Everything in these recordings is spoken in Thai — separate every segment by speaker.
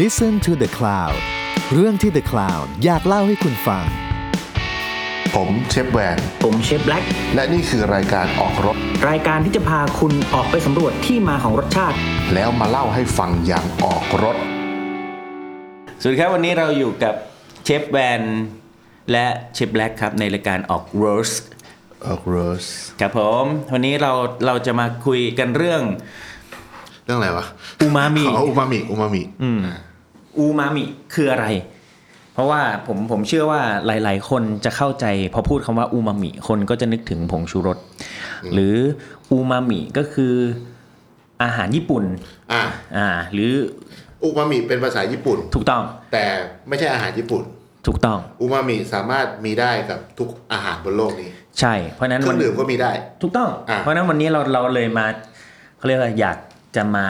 Speaker 1: Listen to the Cloud เรื่องที่ The Cloud อยากเล่าให้คุณฟัง
Speaker 2: ผมเชฟแวน
Speaker 3: ผมเชฟแบล็ก
Speaker 2: และนี่คือรายการออกรถ
Speaker 3: รายการที่จะพาคุณออกไปสำรวจที่มาของรสชาติ
Speaker 2: แล้วมาเล่าให้ฟังอย่างออกรถ
Speaker 4: สวัสดีครับวันนี้เราอยู่กับเชฟแวนและเชฟแบล็กครับในรายการออกโรส
Speaker 2: ออกรถ
Speaker 4: ครับผมวันนี้เราเราจะมาคุยกันเรื่อง
Speaker 2: เรื่องอะไรวะ
Speaker 4: อูมามิ
Speaker 2: อ๋ออูมามิอูมามิ
Speaker 4: อูมามิคืออะไร เพราะว่าผมผมเชื่อว่าหลาย ๆ คนจะเข้าใจพอพูดคำว่าอูมามิคนก็จะนึกถึงผงชูรสหรืออูมามิก็คืออาหารญี่ปุ่น
Speaker 2: อ่ะ
Speaker 4: อ่าหรือ
Speaker 2: อูมามิเป็นภาษาญี่ปุ่น
Speaker 4: ถูกต้อง
Speaker 2: แต่ไม่ใช่อาหารญี่ปุ่น
Speaker 4: ถูกต้อง
Speaker 2: อูมามิสามารถมีได้กับทุกอาหารบนโลกนี้
Speaker 4: ใช่เพราะฉะนั้น
Speaker 2: เครื่
Speaker 4: วั
Speaker 2: อน งดื่มก็มีได้
Speaker 4: ถูกต้อง
Speaker 2: อ่ะ
Speaker 4: เพราะฉะนั้นวันนี้เราเราเลยมาเขาเรียกว่าอยากจะมา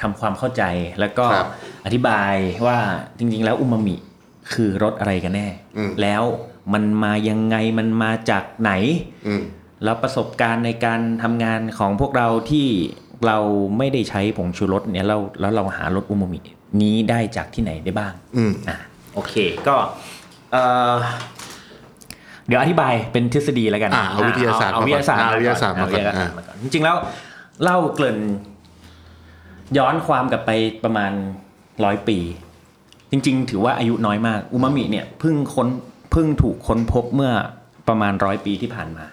Speaker 4: ทำความเข้าใจแล้วก็
Speaker 2: ครับ
Speaker 4: อธิบายว่าจริงๆ แล้วอูมามิคือรสอะไรกันแน่
Speaker 2: อืม
Speaker 4: แล้วมันมายังไงมันมาจากไหน
Speaker 2: อืม
Speaker 4: แล้วประสบการณ์ในการทำงานของพวกเราที่เราไม่ได้ใช้ผงชูรสเนี่ยเราแล้วเราหารสอูมามินี้ได้จากที่ไหนได้บ้าง
Speaker 2: อืม
Speaker 4: อ่ะโอเคก็เอ่อเดี๋ยวอธิบายเป็นทฤษฎีแล้วกัน
Speaker 2: อ่ะเอาวิทยาศาสตร์
Speaker 4: เอเอาวิทยาศาสตร์
Speaker 2: มาก่อนเอาวิทยาศา
Speaker 4: เอวิทยาศาส
Speaker 2: สตร์
Speaker 4: ตร์
Speaker 2: มาก่อน
Speaker 4: มาก่อนจริงๆแล้วเล่าเกริ่นย้อนความกลับไปประมาณร้อยปี จริงๆ ถือว่าอายุน้อยมากอูมามิเนี่ยเพิ่งค้นเพิ่งถูกค้นพบเมื่อประมาณร้อยปีที่ผ่านมา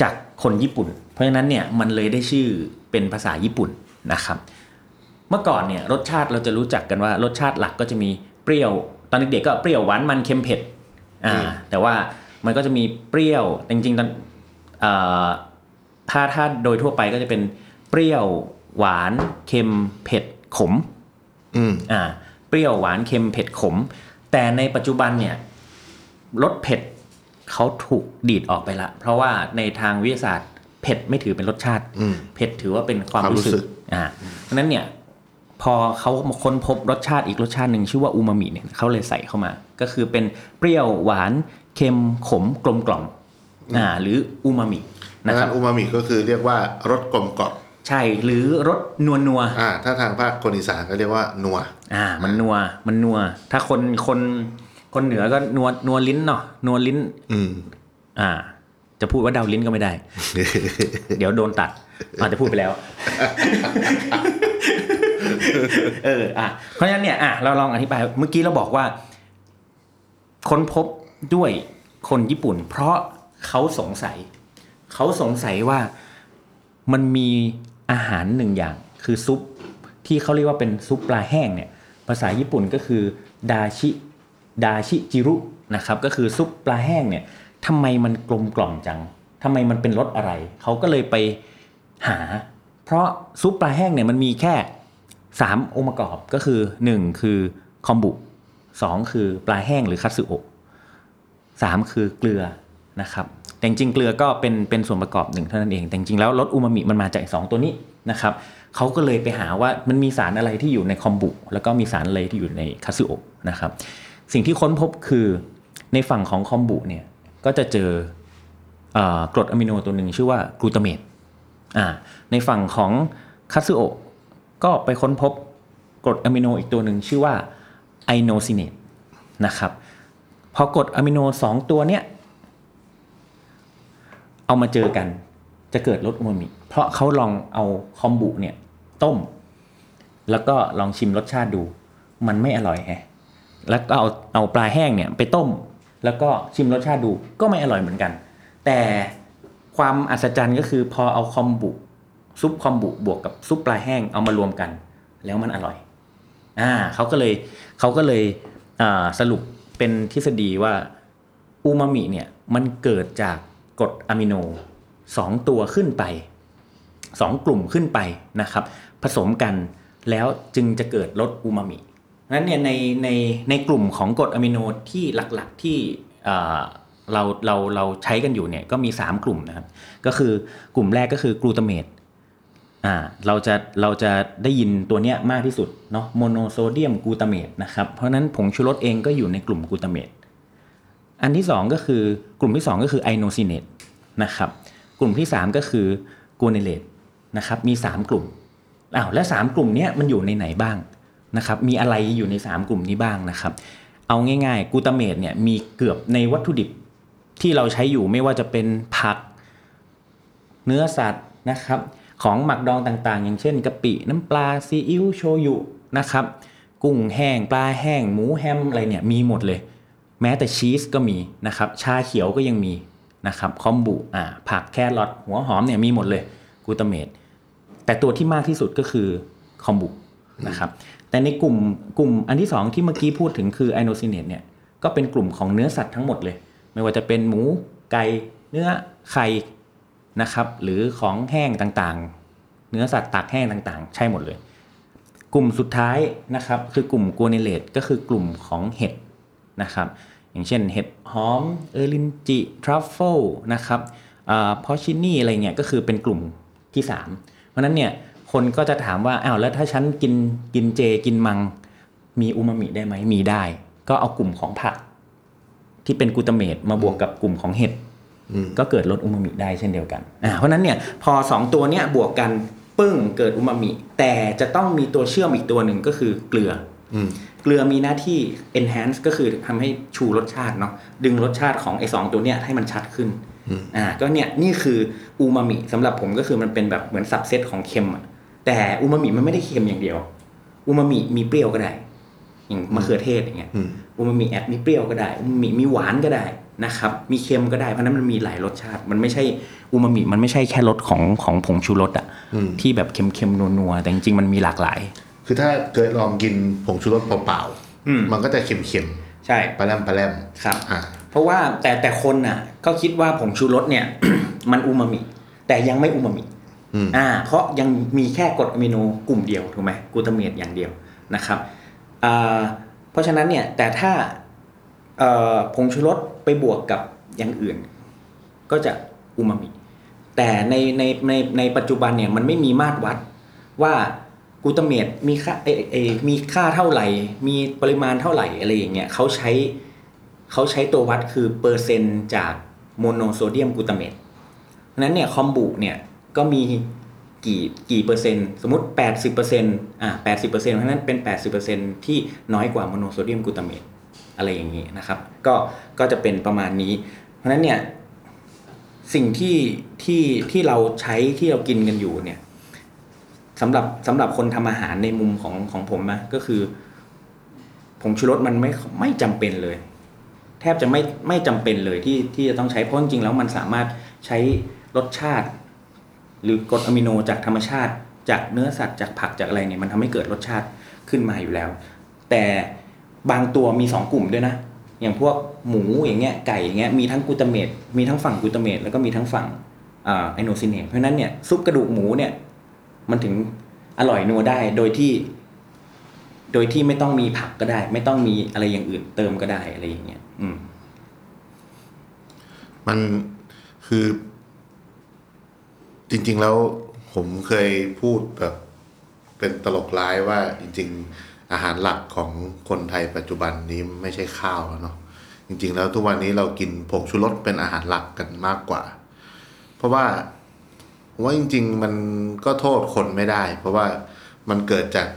Speaker 4: จากคนญี่ปุ่น เพราะฉะนั้นเนี่ยมันเลยได้ชื่อเป็นภาษาญี่ปุ่นนะครับ เมื่อก่อนเนี่ยรสชาติเราจะรู้จักกันว่ารสชาติหลักก็จะมีเปรี้ยว ตอนเด็กๆก็เปรี้ยวหวานมันเค็มเผ็ดอ่า
Speaker 2: อืม
Speaker 4: แต่ว่ามันก็จะมีเปรี้ยวแต่จริงๆตอนเอ่อถ้าถ้าโดยทั่วไปก็จะเป็นเปรี้ยวหวานเค็มเผ็ดขม
Speaker 2: อืม
Speaker 4: อ่าเปรี้ยวหวานเค็มเผ็ดขม แต่ในปัจจุบันเนี่ยรสเผ็ดเขาถูกดีดออกไปละ เพราะว่าในทางวิทยาศาสตร์เผ็ดไม่ถือเป็นรสชาติ
Speaker 2: อืม
Speaker 4: เผ็ดถือว่าเป็นความ
Speaker 2: ความรู้
Speaker 4: รู้สึ
Speaker 2: สึ
Speaker 4: ก
Speaker 2: ก
Speaker 4: อ่าเพราะฉะนั้นเนี่ยพอเขามาค้นพบรสชาติอีกรสชาติหนึ่งชื่อว่าอูมามิเนี่ยเขาเลยใส่เข้ามา ก็คือเป็นเปรี้ยวหวานเค็มขมกลมกล่อมอ่าหรืออูมามิ
Speaker 2: ดั
Speaker 4: นะ
Speaker 2: ง
Speaker 4: ครั
Speaker 2: นั้
Speaker 4: บ
Speaker 2: นอูมามิก็คือเรียกว่ารสกลมกล่อม
Speaker 4: ใช่หรือรสนัวนัวๆ
Speaker 2: อ่า ถ้าทางภาคคนอีสานก็เรียกว่านัว
Speaker 4: อ่ามันนัวมันนัว ถ้าคนคนคนเหนือก็นัวนัวลิ้นเนาะนัวลิ้น
Speaker 2: อืม
Speaker 4: อ่า จะพูดว่าเดาลิ้นก็ไม่ ได้ เดี๋ยวโดนตัดอาจจะพูดไปแล้ว เอออ่ะเพราะฉะนั้นเนี่ยอ่ะเราลองอธิบายเมื่อกี้เราบอกว่า ค้นพบด้วยคนญี่ปุ่น เพราะเขาสงสัย เขาสงสัยว่ามันมีอาหารหนึ่งอย่าง คือซุปที่เขาเรียกว่าเป็นซุปปลาแห้งเนี่ย ภาษาญี่ปุ่นก็คือดาชิดาชิจิรุนะครับก็คือซุปปลาแห้งเนี่ยทำไมมันกลมกล่อมจังทำไมมันเป็นรสอะไร เขาก็เลยไปหา เพราะซุปปลาแห้งเนี่ยมันมีแค่ 3 องค์ประกอบก็คือ 1 คือคอมบุ 2 คือปลาแห้งหรือคัตสึโอะ3คือเกลือนะครับ แต่จริงๆเกลือก็เป็นเป็นส่วนประกอบหนึ่งเท่านั้นเอง แต่จริงๆแล้วรสอูมามิมันมาจากสองตัวนี้นะครับเขาก็เลยไปหาว่ามันมีสารอะไรที่อยู่ในคอมบุ แล้วก็มีสารอะไรที่อยู่ในคัตสึโอะนะครับ สิ่งที่ค้นพบคือในฝั่งของคอมบุเนี่ยก็จะเจอเออกรดอะมิโนตัวหนึ่งชื่อว่ากลูตาเมต อ่าในฝั่งของคัตสึโอะก็ไปค้นพบกรดอะมิโนอีกตัวหนึ่งชื่อว่าไอโนซินเนตนะครับพอกรดอะมิโนสองตัวเนี้ยเอามาเจอกันจะเกิดรสอูมามิ เพราะเขาลองเอาคอมบุเนี่ยต้ม แล้วก็ลองชิมรสชาติดู มันไม่อร่อยแฮะแล้วก็เอาเอาปลาแห้งเนี่ยไปต้ม แล้วก็ชิมรสชาติดูก็ไม่อร่อยเหมือนกัน แต่ความอัศจรรย์ก็คือพอเอาคอมบุซุปคอมบุบวกกับซุปปลาแห้งเอามารวมกัน แล้วมันอร่อย อ่าเขาก็เลยเขาก็เลยอ่าสรุปเป็นทฤษฎีว่าอูมามิเนี่ยมันเกิดจากกรดอะมิโนสองตัวขึ้นไปสองกลุ่มขึ้นไปนะครับ ผสมกันแล้วจึงจะเกิดรสอูมามินั้นเนี่ยในในในกลุ่มของกรดอะมิโนที่หลักๆที่เอ่อเราเราเราใช้กันอยู่เนี่ยก็มี 3 กลุ่มนะครับ ก็คือกลุ่มแรกก็คือกลูตาเมต อ่าเราจะเราจะได้ยินตัวเนี้ยมากที่สุดเนาะโมโนโซเดียมกลูตาเมตนะครับเพราะฉะนั้นผงชูรสเองก็อยู่ในกลุ่มกลูตาเมต อันที่ 2 ก็คือกลุ่มที่ 2 ก็คือไอโนซินเนตนะครับกลุ่มที่ 3 ก็คือกูเนเลตนะครับมี 3 กลุ่มอ้าวแล้ว 3 กลุ่มเนี้ยมันอยู่ในไหนบ้าง นะครับมีอะไรอยู่ใน 3 กลุ่มนี้บ้างนะครับ เอาง่ายๆกูตาเมตเนี่ยมีเกือบในวัตถุดิบที่เราใช้อยู่ไม่ว่าจะเป็นผัก เนื้อสัตว์นะครับ ของหมักดองต่างๆ อย่างเช่นกะปิน้ำปลาซีอิ๊วโชยุนะครับ กุ้งแห้งปลาแห้ง หมูแฮมอะไรเนี่ยมีหมดเลย แม้แต่ชีสก็มีนะครับ ชาเขียวก็ยังมีนะครับคอมบุอ่าผักแครอทหัวหอมเนี่ยมีหมดเลยกลูตาเมต แต่ตัวที่มากที่สุดก็คือคอมบุนะครับ แต่ในกลุ่มกลุ่มอันที่สองที่เมื่อกี้พูดถึงคือไอโนซินเนตเนี่ยก็เป็นกลุ่มของเนื้อสัตว์ทั้งหมดเลย ไม่ว่าจะเป็นหมูไก่เนื้อไข่นะครับหรือของแห้งต่างๆ เนื้อสัตว์ตากแห้งต่างๆ ใช่หมดเลย กลุ่มสุดท้ายนะครับคือกลุ่มกัวเนเลตก็คือกลุ่มของเห็ดนะครับอย่างเช่นเห็ดหอมเออรินจิทรัฟเฟิลนะครับพอชินี่อ porcini อะไรเงี้ยก็คือเป็นกลุ่มที่ 3 เพราะฉะนั้นเนี่ยคนก็จะถามว่าอ้าวแล้วถ้าฉันกินกินเจกินมังมีอูมามิได้ไหมมีได้ ก็เอากลุ่มของผัก ที่เป็นกลูตาเมตมาบวกกับกลุ่มของเห็ด
Speaker 2: อืม
Speaker 4: ก็เกิดลดอูมามิได้เช่นเดียวกันอ่าเพราะฉะนั้นเนี่ยพอ 2 ตัวเนี้ยบวกกันปึ้งเกิดอูมามิ แต่จะต้องมีตัวเชื่อมอีกตัวหนึ่งก็คือเกลือ
Speaker 2: อืม
Speaker 4: เกลือมีหน้าที่ enhance ก็คือทำให้ชูรสชาติเนาะดึงรสชาติของไอ้สองตัวเนี้ยให้มันชัดขึ้นอ่าก็เนี่ยนี่คืออูมามิสำหรับผมก็คือมันเป็นแบบเหมือนสับเซตของเค็มอะแต่อูมามิมันไม่ได้เค็มอย่างเดียวอูมามิมีเปรี้ยวก็ได้ อย่างมะเขือเทศอย่างเงี้ย
Speaker 2: อืม
Speaker 4: อูมามิแอบมีเปรี้ยวก็ได้อูมามิมีหวานก็ได้นะครับ มีเค็มก็ได้เพราะฉะนั้นมันมีหลายรสชาติ มันไม่ใช่อูมามิมันไม่ใช่แค่รสของของผงชูรสอะ
Speaker 2: อืม
Speaker 4: ที่แบบเค็มๆนัวๆแต่จริงๆมันมีหลากหลาย
Speaker 2: คือถ้าเคยลองกินผงชูรสเปล่า
Speaker 4: อืม
Speaker 2: ๆมันก็จะเค็ม
Speaker 4: ใช่
Speaker 2: ๆปลาแรมปลาแรม
Speaker 4: ครับ
Speaker 2: อ่า
Speaker 4: เพราะว่าแต่แต่คนน่ะก็คิดว่าผงชูรสเนี่ย มันอูมามิ แต่ยังไม่อูมามิ
Speaker 2: อืม
Speaker 4: อ่าเพราะยังมีแค่กรดอะมิโนกลุ่มเดียวถูกไหมกลูตาเมตอย่างเดียวนะครับอ่าเพราะฉะนั้นเนี่ยแต่ถ้าเอ่อผงชูรสไปบวกกับอย่างอื่น ก็จะอูมามิ แต่ในในในในปัจจุบันเนี่ยมันไม่มีมาตรวัดว่ากลูตาเมตมีค่าเออเออมีค่าเท่าไหร่ มีปริมาณเท่าไหร่อะไรอย่างเงี้ยเขาใช้เขาใช้ตัววัดคือเปอร์เซ็นต์จากโมโนโซเดียมกลูตาเมต เพราะฉะนั้นเนี่ยคอมบุเนี่ยก็มีกี่กี่เปอร์เซ็นต์สมมติ 80เปอร์เซ็นต์อ่ะ80เปอร์เซ็นต์เพราะฉะนั้นเป็น 80เปอร์เซ็นต์ที่น้อยกว่าโมโนโซเดียมกลูตาเมตอะไรอย่างนี้นะครับก็ก็จะเป็นประมาณนี้ เพราะฉะนั้นเนี่ยสิ่งที่ที่ที่เราใช้ที่เรากินกันอยู่เนี่ยสำหรับสำหรับคนทำอาหารในมุมของของผมนะก็คือผงชูรสมันไม่ไม่จำเป็นเลย แทบจะไม่ไม่จำเป็นเลยที่ที่จะต้องใช้เพราะจริงๆแล้วมันสามารถใช้รสชาติ หรือกรดอะมิโนจากธรรมชาติ จากเนื้อสัตว์จากผักจากอะไรเนี่ยมันทำให้เกิดรสชาติขึ้นมาอยู่แล้ว แต่บางตัวมีสองกลุ่มด้วยนะ อย่างพวกหมูอย่างเงี้ยไก่อย่างเงี้ยมีทั้งกลูตาเมตมีทั้งฝั่งกลูตาเมตแล้วก็มีทั้งฝั่งอ่าไอโนซินเนตเพราะฉะนั้นเนี่ยซุปกระดูกหมูเนี่ย มันถึงอร่อยนัวได้โดยที่ โดยที่ไม่ต้องมีผักก็ได้ ไม่ต้องมีอะไรอย่างอื่นเติมก็ได้อะไรอย่างเงี้ยอืม
Speaker 2: มันคือ จริง ๆ แล้วผมเคยพูดแบบ เป็นตลกร้ายว่าจริง ๆ อาหารหลักของคนไทยปัจจุบันนี้ไม่ใช่ข้าวแล้วเนาะจริง ๆ แล้วทุกวันนี้เรากินผงชูรสเป็นอาหารหลักกันมากกว่า เพราะว่าผมว่าจริง ๆ มันก็โทษคนไม่ได้ เพราะว่ามันเกิดจาก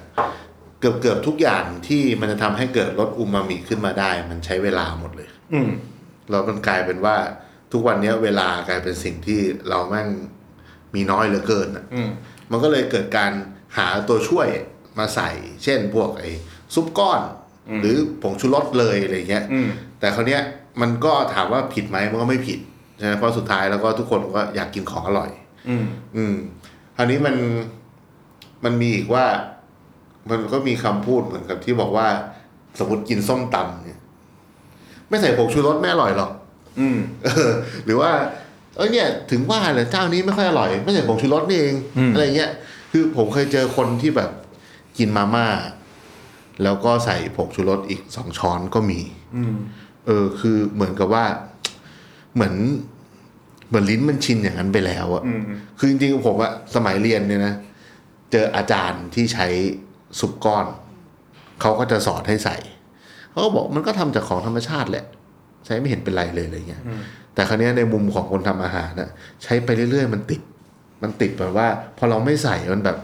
Speaker 2: เกือบเกือบๆทุกอย่างที่มันจะทำให้เกิดรสอูมามิขึ้นมาได้ มันใช้เวลาหมดเลย
Speaker 4: อืม
Speaker 2: แล้วมันกลายเป็นว่าทุกวันเนี้ยเวลากลายเป็นสิ่งที่เราแม่งมีน้อยเหลือเกินอะ
Speaker 4: อืม
Speaker 2: มันก็เลยเกิดการหาตัวช่วยมาใส่ เช่นพวกไอ้ซุปก้อน
Speaker 4: อืม
Speaker 2: หรือผงชูรสเลยอะไรเงี้ย
Speaker 4: อืม
Speaker 2: แต่คราวเนี้ยมันก็ถามว่าผิดไหมมันก็ไม่ผิดใช่ไหมเพราะสุดท้ายแล้วก็ทุกคนก็อยากกินของอร่อย
Speaker 4: อืม
Speaker 2: อืมคราวนี้มันมันมีอีกว่า มันก็มีคำพูดเหมือนกับที่บอกว่า สมมติกินส้มตำเนี่ย ไม่ใส่ผงชูรสไม่อร่อยหรอก
Speaker 4: อืม
Speaker 2: เออหรือว่าเออเนี่ยถึงว่าเลยเจ้านี้ไม่ค่อยอร่อย ไม่ใช่ผงชูรสนี่เอง
Speaker 4: อืม
Speaker 2: อะไรเงี้ยคือผมเคยเจอคนที่แบบกินมาม่า แล้วก็ใส่ผงชูรสอีกสองช้อนก็มี
Speaker 4: อืม
Speaker 2: เออ คือเหมือนกับว่า เหมือน เหมือนลิ้นมันชินอย่างนั้นไปแล้วอะ
Speaker 4: อืม
Speaker 2: คือจริงๆผมอะสมัยเรียนเนี่ยนะเจออาจารย์ที่ใช้ซุปก้อนเขาก็จะสอนให้ใส่เขาก็บอกมันก็ทำจากของธรรมชาติแหละ ใช้ไม่เห็นเป็นไรเลยอะไรเงี้ย
Speaker 4: อืม
Speaker 2: แต่ครั้นี้ยในมุมของคนทำอาหารนะใช้ไปเรื่อยๆ มันติด มันติดแบบว่า พอเราไม่ใส่มันแบบ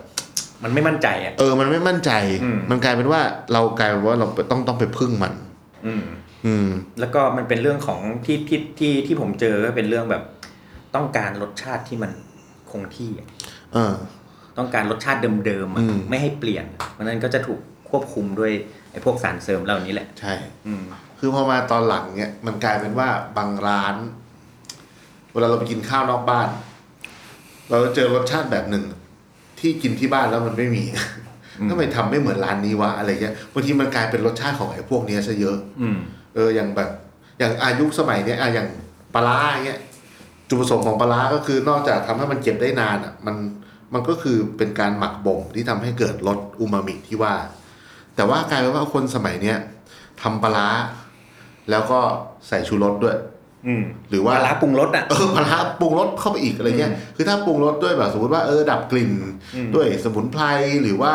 Speaker 4: มันไม่มั่นใจอ่ะ
Speaker 2: เออ มันไม่มั่นใจ
Speaker 4: อืม
Speaker 2: มันกลายเป็นว่าเรากลายเป็นว่าเราต้องต้องไปพึ่งมัน
Speaker 4: อืม
Speaker 2: อืม
Speaker 4: แล้วก็มันเป็นเรื่องของที่ที่ที่ที่ผมเจอก็เป็นเรื่องแบบ ต้องการรสชาติที่มันคงที่อะ
Speaker 2: เออ
Speaker 4: ต้องการรสชาติเดิมๆอะ
Speaker 2: อืม
Speaker 4: ไม่ให้เปลี่ยนเพราะฉะนั้นก็จะถูกควบคุมด้วยไอ้พวกสารเสริมเหล่านี้แหละ
Speaker 2: ใช่
Speaker 4: อืม
Speaker 2: คือพอมาตอนหลังเนี่ยมันกลายเป็นว่าบางร้าน เวลาเราไปกินข้าวนอกบ้าน เราจะเจอรสชาติแบบหนึ่ง ที่กินที่บ้านแล้วมันไม่มีทำไมทำไม่เหมือนร้านนี้วะอะไรเงี้ยบางทีมันกลายเป็นรสชาติของไอ้พวกเนี้ยซะเยอะ
Speaker 4: อืม
Speaker 2: เอออย่างแบบอย่างอายุสมัยเนี้ยอะอย่างปลาร้าอย่างเงี้ยจุดประสงค์ของปลาร้าก็คือนอกจากทำให้มันเก็บได้นานอ่ะมันมันก็คือเป็นการหมักบ่มที่ทำให้เกิดรสอูมามิที่ว่า แต่ว่ากลายเป็นว่าคนสมัยเนี้ยทำปลาร้าแล้วก็ใส่ชูรสด้วย
Speaker 4: อืม
Speaker 2: หรือว่า
Speaker 4: ปลร้ปรุงรสอ่ะ
Speaker 2: เออ ปลาร้าปรุงรสเข้าไปอีกอะไรเงี้ยคือถ้าปรุงรสด้วยแบบสมมติว่าเออดับกลิ่น
Speaker 4: อืม
Speaker 2: ด้วยสมุนไพรหรือว่า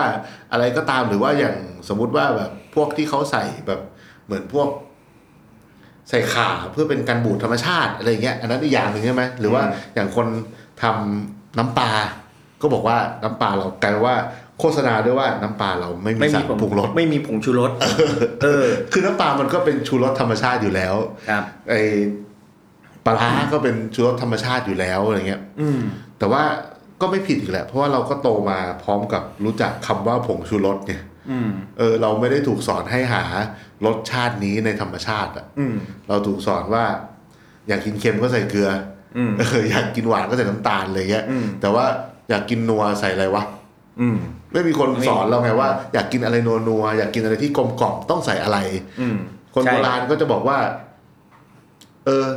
Speaker 2: อะไรก็ตามหรือว่าอย่างสมมติว่าแบบพวกที่เขาใส่แบบเหมือนพวก ใส่ข่าเพื่อเป็นการบูดธรรมชาติอะไรเงี้ยอันนั้นอีกอย่างหนึ่งใช่ไหมหรือว่าอย่างคนทำน้ำปลาก็บอกว่าน้ำปลาเรากลายเป็นว่าโฆษณาด้วยว่าน้ำปลาเราไม่มี
Speaker 4: ไม่
Speaker 2: สา
Speaker 4: มี
Speaker 2: ร
Speaker 4: ผง
Speaker 2: ปรุงรส
Speaker 4: ไม่มีผงชูรสเออ
Speaker 2: คือน้ำปลามันก็เป็นชูรสธรรมชาติอยู่แล้ว
Speaker 4: ครับ
Speaker 2: ไอปลาร้าก็เป็นชูรสธรรมชาติอยู่แล้วอะไรเงี้ย
Speaker 4: อืม
Speaker 2: แต่ว่าก็ไม่ผิดอีกแหละ เพราะว่าเราก็โตมาพร้อมกับรู้จักคำว่าผงชูรสเนี่ย
Speaker 4: อืม
Speaker 2: เออเราไม่ได้ถูกสอนให้หารสชาตินี้ในธรรมชาติอะ
Speaker 4: อืม
Speaker 2: เราถูกสอนว่า อยากกินเค็มก็ใส่เกลือ
Speaker 4: อืม
Speaker 2: เอออยากกินหวานก็ใส่น้ำตาลอะไรเงี้ย
Speaker 4: อืม
Speaker 2: แต่ว่าอยากกินนัวใส่อะไรวะ
Speaker 4: อืม
Speaker 2: ไม่มีคน
Speaker 4: ไม่
Speaker 2: สอนเราไงว่าอยากกินอะไรนัวนัวๆอยากกินอะไรที่กลมกล่อมต้องใส่อะไร
Speaker 4: อืม
Speaker 2: คน
Speaker 4: ใช่
Speaker 2: โบราณก็จะบอกว่า เออ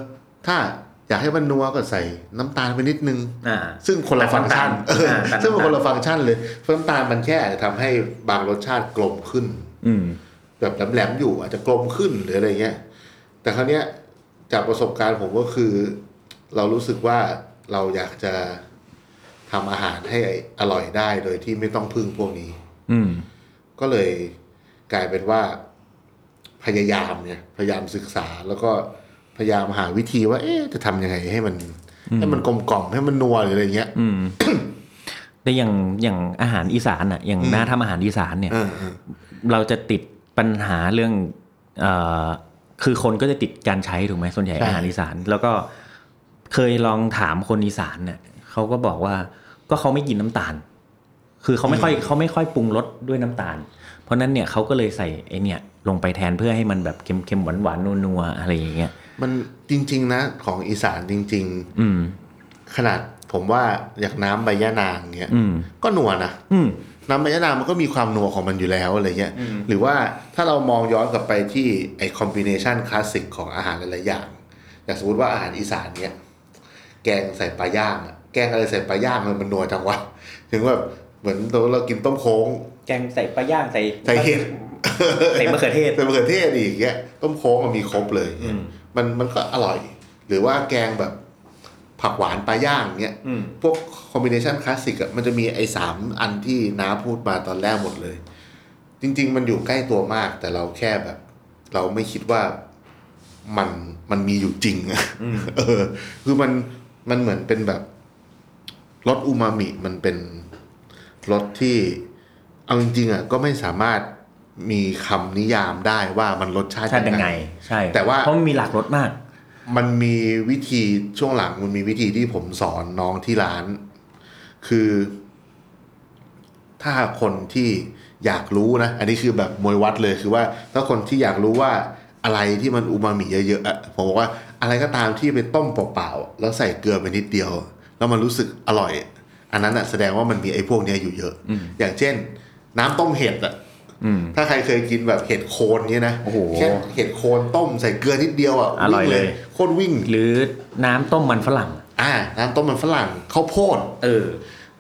Speaker 2: ถ้าอยากให้มันนัวก็ใส่น้ำตาลไปนิดนึง
Speaker 4: อ่า
Speaker 2: ซึ่งคนละฟังก์ชัน
Speaker 4: ตัดน้ำตาล
Speaker 2: เออ
Speaker 4: อ่าตัดน้ำตาล
Speaker 2: ซึ่งมันคนละฟังก์ชันเลยเพราะน้ำตาลมันแค่อาจจะทำให้บางรสชาติกลมขึ้น
Speaker 4: อืม
Speaker 2: แบบแหลมๆอยู่อาจจะกลมขึ้นหรืออะไรเงี้ย แต่คราวเนี้ยจากประสบการณ์ผมก็คือ เรารู้สึกว่าเราอยากจะทำอาหารให้อร่อยได้โดยที่ไม่ต้องพึ่งพวกนี้
Speaker 4: อืม
Speaker 2: ก็เลยกลายเป็นว่าพยายามเนี่ยพยายามศึกษาแล้วก็พยายามหาวิธีว่า เอ๊ะจะทำยังไงให้มัน ให้มันกลมกล่อมให้มันนัวหรืออะไรเงี้ย
Speaker 4: อืม แต่อย่างอย่างอาหารอีสานอ่ะ อย่างหน้าทำอาหารอีสานเนี่ย
Speaker 2: เออเออ
Speaker 4: เราจะติดปัญหาเรื่องเอ่อคือคนก็จะติดการใช้ถูกไหมส่วนใหญ่
Speaker 2: ใช่
Speaker 4: อาหารอีสาน แล้วก็เคยลองถามคนอีสานเนี่ยเขาก็บอกว่าก็เขาไม่กินน้ำตาล คือเขาไม่ค่อยเขาไม่ค่อยปรุงรสด้วยน้ำตาล เพราะนั้นเนี่ยเขาก็เลยใส่ไอเนี่ยลงไปแทนเพื่อให้มันแบบเค็มเค็มหวานหวานๆนัวๆอะไรอย่างเงี้ย
Speaker 2: มันจริง ๆ นะ ของอีสานจริง
Speaker 4: อืม
Speaker 2: ๆ ขนาดผมว่าอย่างน้ำใบยะนางเนี่ย
Speaker 4: อืม
Speaker 2: ก็นัวนะ
Speaker 4: อืม
Speaker 2: น้ำใบยะนางมันก็มีความนัวของมันอยู่แล้วอะไรเงี้ย
Speaker 4: อืม
Speaker 2: หรือว่าถ้าเรามองย้อนกลับไปที่ไอคอมบิเนชันคลาสสิกของอาหารหลายๆอย่าง อย่างสมมติว่าอาหารอีสานเนี่ยแกงใส่ปลาย่างอะแกงอะไรใส่ปลาย่างมันมันนัวจังวะ ถึงแบบเหมือนเราเรากินต้มโค้ง
Speaker 4: แกงใส่ปลาย่างใส่
Speaker 2: ใส่เห็ด
Speaker 4: ใส่มะเขือเทศ
Speaker 2: เป็นมะเขือเทศอีกเงี้ยต้มโค้งมันมีครบเลย
Speaker 4: อืม
Speaker 2: มันมันก็อร่อย หรือว่าแกงแบบ ผักหวานปลาย่างเงี้ย
Speaker 4: อืม
Speaker 2: พวกคอมบิเนชันคลาสสิกอะมันจะมีไอ้สามอันที่น้าพูดมาตอนแรกหมดเลย จริง ๆ มันอยู่ใกล้ตัวมาก แต่เราแค่แบบ เราไม่คิดว่ามันมันมีอยู่จริงอะ
Speaker 4: อืม
Speaker 2: เออ คือมันมันเหมือนเป็นแบบรสอูมามิมันเป็นรสที่ เอาจริงๆอ่ะก็ไม่สามารถมีคำนิยามได้ว่ามันรสชาติ
Speaker 4: ใช่ยังไง ใช่
Speaker 2: แต่ว่า
Speaker 4: เพราะมันมีหลากรสมาก
Speaker 2: มันมีวิธีช่วงหลังมันมีวิธีที่ผมสอนน้องที่ร้าน คือ ถ้าคนที่อยากรู้นะ อันนี้คือแบบมวยวัดเลยคือว่า ถ้าคนที่อยากรู้ว่าอะไรที่มันอูมามิเยอะๆอะผมบอกว่าอะไรก็ตามที่ไปต้มเปล่าๆแล้วใส่เกลือไปนิดเดียว แล้วมันรู้สึกอร่อย อันนั้นอะแสดงว่ามันมีไอ้พวกเนี้ยอยู่เยอะ อย่างเช่น น้ำต้มเห็ดอะ
Speaker 4: อืม
Speaker 2: ถ้าใครเคยกินแบบเห็ดโคนเนี้ยนะ
Speaker 4: โอ้โห
Speaker 2: แค่เห็ดโคนต้มใส่เกลือนิดเดียวอะ
Speaker 4: อร่อย
Speaker 2: วิ่ง
Speaker 4: เลย
Speaker 2: โคตรวิ่ง
Speaker 4: หรือน้ำต้มมันฝรั่ง
Speaker 2: อ่าน้ำต้มมันฝรั่งข้าวโพด
Speaker 4: เออ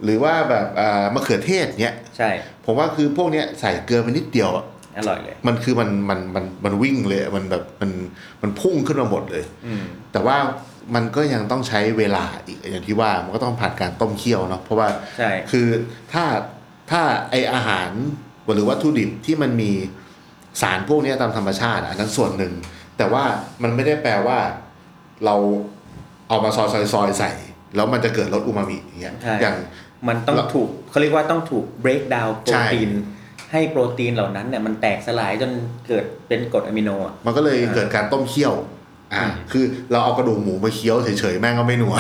Speaker 2: หรือว่าแบบอ่ามะเขือเทศเนี้ย
Speaker 4: ใช่
Speaker 2: ผมว่าคือพวกเนี้ยใส่เกลือไปนิดเดียวอะ
Speaker 4: อร่อยเลย
Speaker 2: มันคือมันมันมันมันวิ่งเลยอะมันแบบมันมันพุ่งขึ้นมาหมดเลย
Speaker 4: อืม
Speaker 2: แต่ว่ามันก็ยังต้องใช้เวลาอีกอย่างที่ว่ามันก็ต้องผ่านการต้มเคี่ยวเนาะเพราะว่า
Speaker 4: ใช่
Speaker 2: คือถ้าถ้าไออาหารหรือวัตถุดิบที่มันมีสารพวกเนี้ยตามธรรมชาติอะอันนั้นส่วนหนึ่ง แต่ว่ามันไม่ได้แปลว่าเราเอามาซอยซอยซอยใส่ แล้วมันจะเกิดรสอูมามิอย่างเงี้ย
Speaker 4: ใช่
Speaker 2: อย่าง
Speaker 4: มันต้อง
Speaker 2: แล้ว
Speaker 4: ถูกเขาเรียกว่าต้องถูก break down โปร
Speaker 2: ใช่
Speaker 4: ตีน ให้โปรตีนเหล่านั้นเนี่ยมันแตกสลายจนเกิดเป็นกรดอะมิโนอะ
Speaker 2: มันก็เลยเกิดการต้มเคี่ยว อ่า
Speaker 4: อืม
Speaker 2: คือเราเอากระดูกหมูมาเคี้ยวเฉยๆแม่งก็ไม่หนัว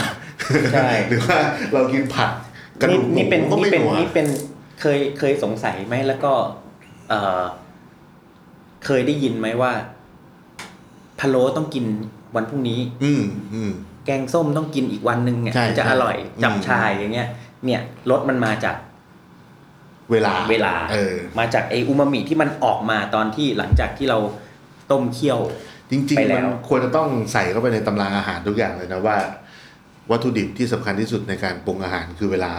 Speaker 4: ใช่
Speaker 2: หรือว่าเรากินผัดกระดูกหมู
Speaker 4: นี่เป็น
Speaker 2: ก็
Speaker 4: นี่
Speaker 2: ไม่
Speaker 4: เป็น
Speaker 2: หนัว
Speaker 4: นี่เป็นเคยเคยสงสัยไหมแล้วก็ เออเคยได้ยินไหมว่าพะโล้ต้องกินวันพรุ่งนี้
Speaker 2: อืมอืม
Speaker 4: แกงส้มต้องกินอีกวันหนึ่งเนี่ย
Speaker 2: ใช่
Speaker 4: จะอร่อย
Speaker 2: ใช่
Speaker 4: จับ
Speaker 2: อืม
Speaker 4: ชายอย่างเงี้ย เนี่ยรสมันมาจาก
Speaker 2: เวลา
Speaker 4: เวลา
Speaker 2: เออ
Speaker 4: มาจากไออูมามิที่มันออกมาตอนที่หลังจากที่เราต้มเคี่ยว
Speaker 2: จริง
Speaker 4: ไป
Speaker 2: ๆ
Speaker 4: แล้ว
Speaker 2: มันควรจะต้องใส่เข้าไปในตำราอาหารทุกอย่างเลยนะว่า วัตถุดิบที่สำคัญที่สุดในการปรุงอาหารคือเวลา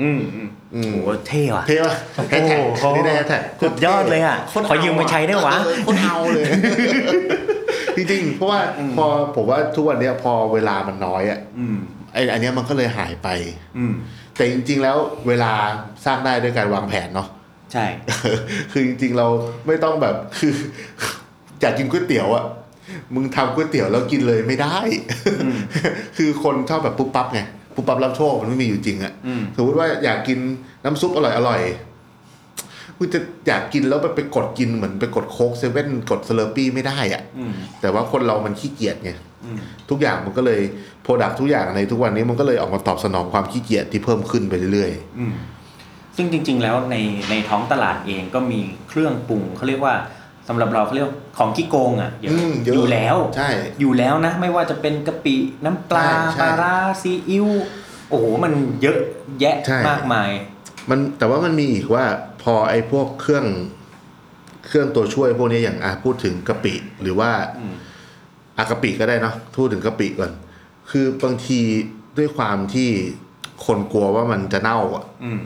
Speaker 4: อืมอืม
Speaker 2: อืม
Speaker 4: โหเท่ว่ะ
Speaker 2: เท่ปะแฮชแท็ก
Speaker 4: โอ้โห
Speaker 2: นี่ได้แฮชแท็ก
Speaker 4: สุดยอดเลยอะ
Speaker 2: โคตรเา
Speaker 4: ขอยืมมาใช้ได้วะ
Speaker 2: เออโคนเอาเลย จริงๆ เพราะว่าพอผมว่าทุกวันเนี้ยพอเวลามันน้อยอ่ะ
Speaker 4: อืม
Speaker 2: ไออันเนี้ยมันก็เลยหายไป
Speaker 4: อืม
Speaker 2: แต่จริง ๆ แล้วเวลาสร้างได้ด้วยการวางแผนเนาะ
Speaker 4: ใช่
Speaker 2: คือจริงๆเราไม่ต้องแบบ คืออยากกินก๋วยเตี๋ยวอะมึงทำก๋วยเตี๋ยวแล้วกินเลยไม่ได้ คือคนชอบแบบปุ๊บปั๊บไงปุ๊บปั๊บรับโชคมันไม่มีอยู่จริงอะ
Speaker 4: อืม
Speaker 2: สมมติว่าอยากกินน้ำซุปอร่อยอร่อยกูจะอยากกินแล้วไปไปกดกินเหมือนไปกดโค้กเซเว่นกดสเลอร์ปี้ไม่ได้อะ
Speaker 4: อืม
Speaker 2: แต่ว่าคนเรามันขี้เกียจไง
Speaker 4: อืม
Speaker 2: ทุกอย่างมันก็เลยโปรดักทุกอย่างในทุกวันนี้มันก็เลยออกมาตอบสนองความขี้เกียจที่เพิ่มขึ้นไปเรื่อย
Speaker 4: อืม ซึ่งจริง ๆ แล้วในในท้องตลาดเองก็มีเครื่องปรุงเขาเรียกว่าสำหรับเราเขาเรียกว่าของขี้โกงอ่ะ
Speaker 2: ๆ
Speaker 4: เยอะอยู่แล้ว
Speaker 2: ใช่
Speaker 4: อยู่แล้วนะ ไม่ว่าจะเป็นกะปิน้ำปลา
Speaker 2: ใช่ใช่
Speaker 4: ปลาร้าซีอิ๊วโอ้โห มันเยอะแยะ
Speaker 2: ใช่
Speaker 4: มากมาย
Speaker 2: มันแต่ว่ามันมีอีกว่าพอไอ้พวกเครื่องเครื่องตัวช่วยพวกนี้อย่างอ่ะพูดถึงกะปิ หรือว่า
Speaker 4: อืม
Speaker 2: อากะปิก็ได้เนาะพูดถึงกะปิก่อน คือบางทีด้วยความที่คนกลัวว่ามันจะเน่าอ่ะ
Speaker 4: อืม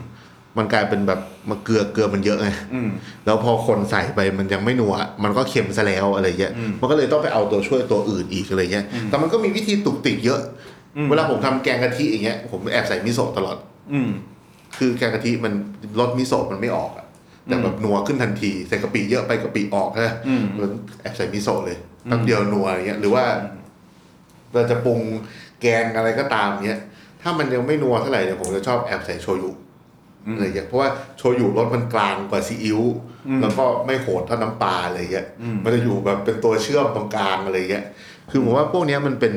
Speaker 2: มันกลายเป็นแบบมาเกลือเกลือมันเยอะไง
Speaker 4: อืม
Speaker 2: แล้วพอคนใส่ไปมันยังไม่นัวมันก็เค็มซะแล้วอะไรเงี้ย
Speaker 4: อืม
Speaker 2: มันก็เลยต้องไปเอาตัวช่วยตัวอื่นอีกอะไรเงี้ย
Speaker 4: อืม
Speaker 2: แต่มันก็มีวิธีตุกติกเยอะ
Speaker 4: อืม
Speaker 2: เวลาผมทำแกงกะทิอย่างเงี้ยผมแอบใส่มิโซะตลอด
Speaker 4: อืม
Speaker 2: คือแกงกะทิมันรสมิโซะมันไม่ออกอะแต่แบบนัวขึ้นทันทีใส่กะปิเยอะไปกะปิออกนะ
Speaker 4: อืม
Speaker 2: แล้วแอบใส่มิโซะเลย
Speaker 4: อืม
Speaker 2: แป๊บเดียวนัวอย่างเงี้ย หรือว่าเราจะปรุงแกงอะไรก็ตามเนี้ย ถ้ามันยังไม่นัวเท่าไหร่เนี่ยผมจะชอบแอบใส่โชยุอะไรอย่างเงี้ยเพราะว่าโชยุรสมันกลางกว่าซีอิ๊วแล้วก็ไม่โหดเท่าน้ำปลาอะไรอย่างเงี้ยมันจะอยู่แบบเป็นตัวเชื่อมตรงกลางอะไรอย่างเงี้ยคือผมว่าพวกเนี้ยมันเป็น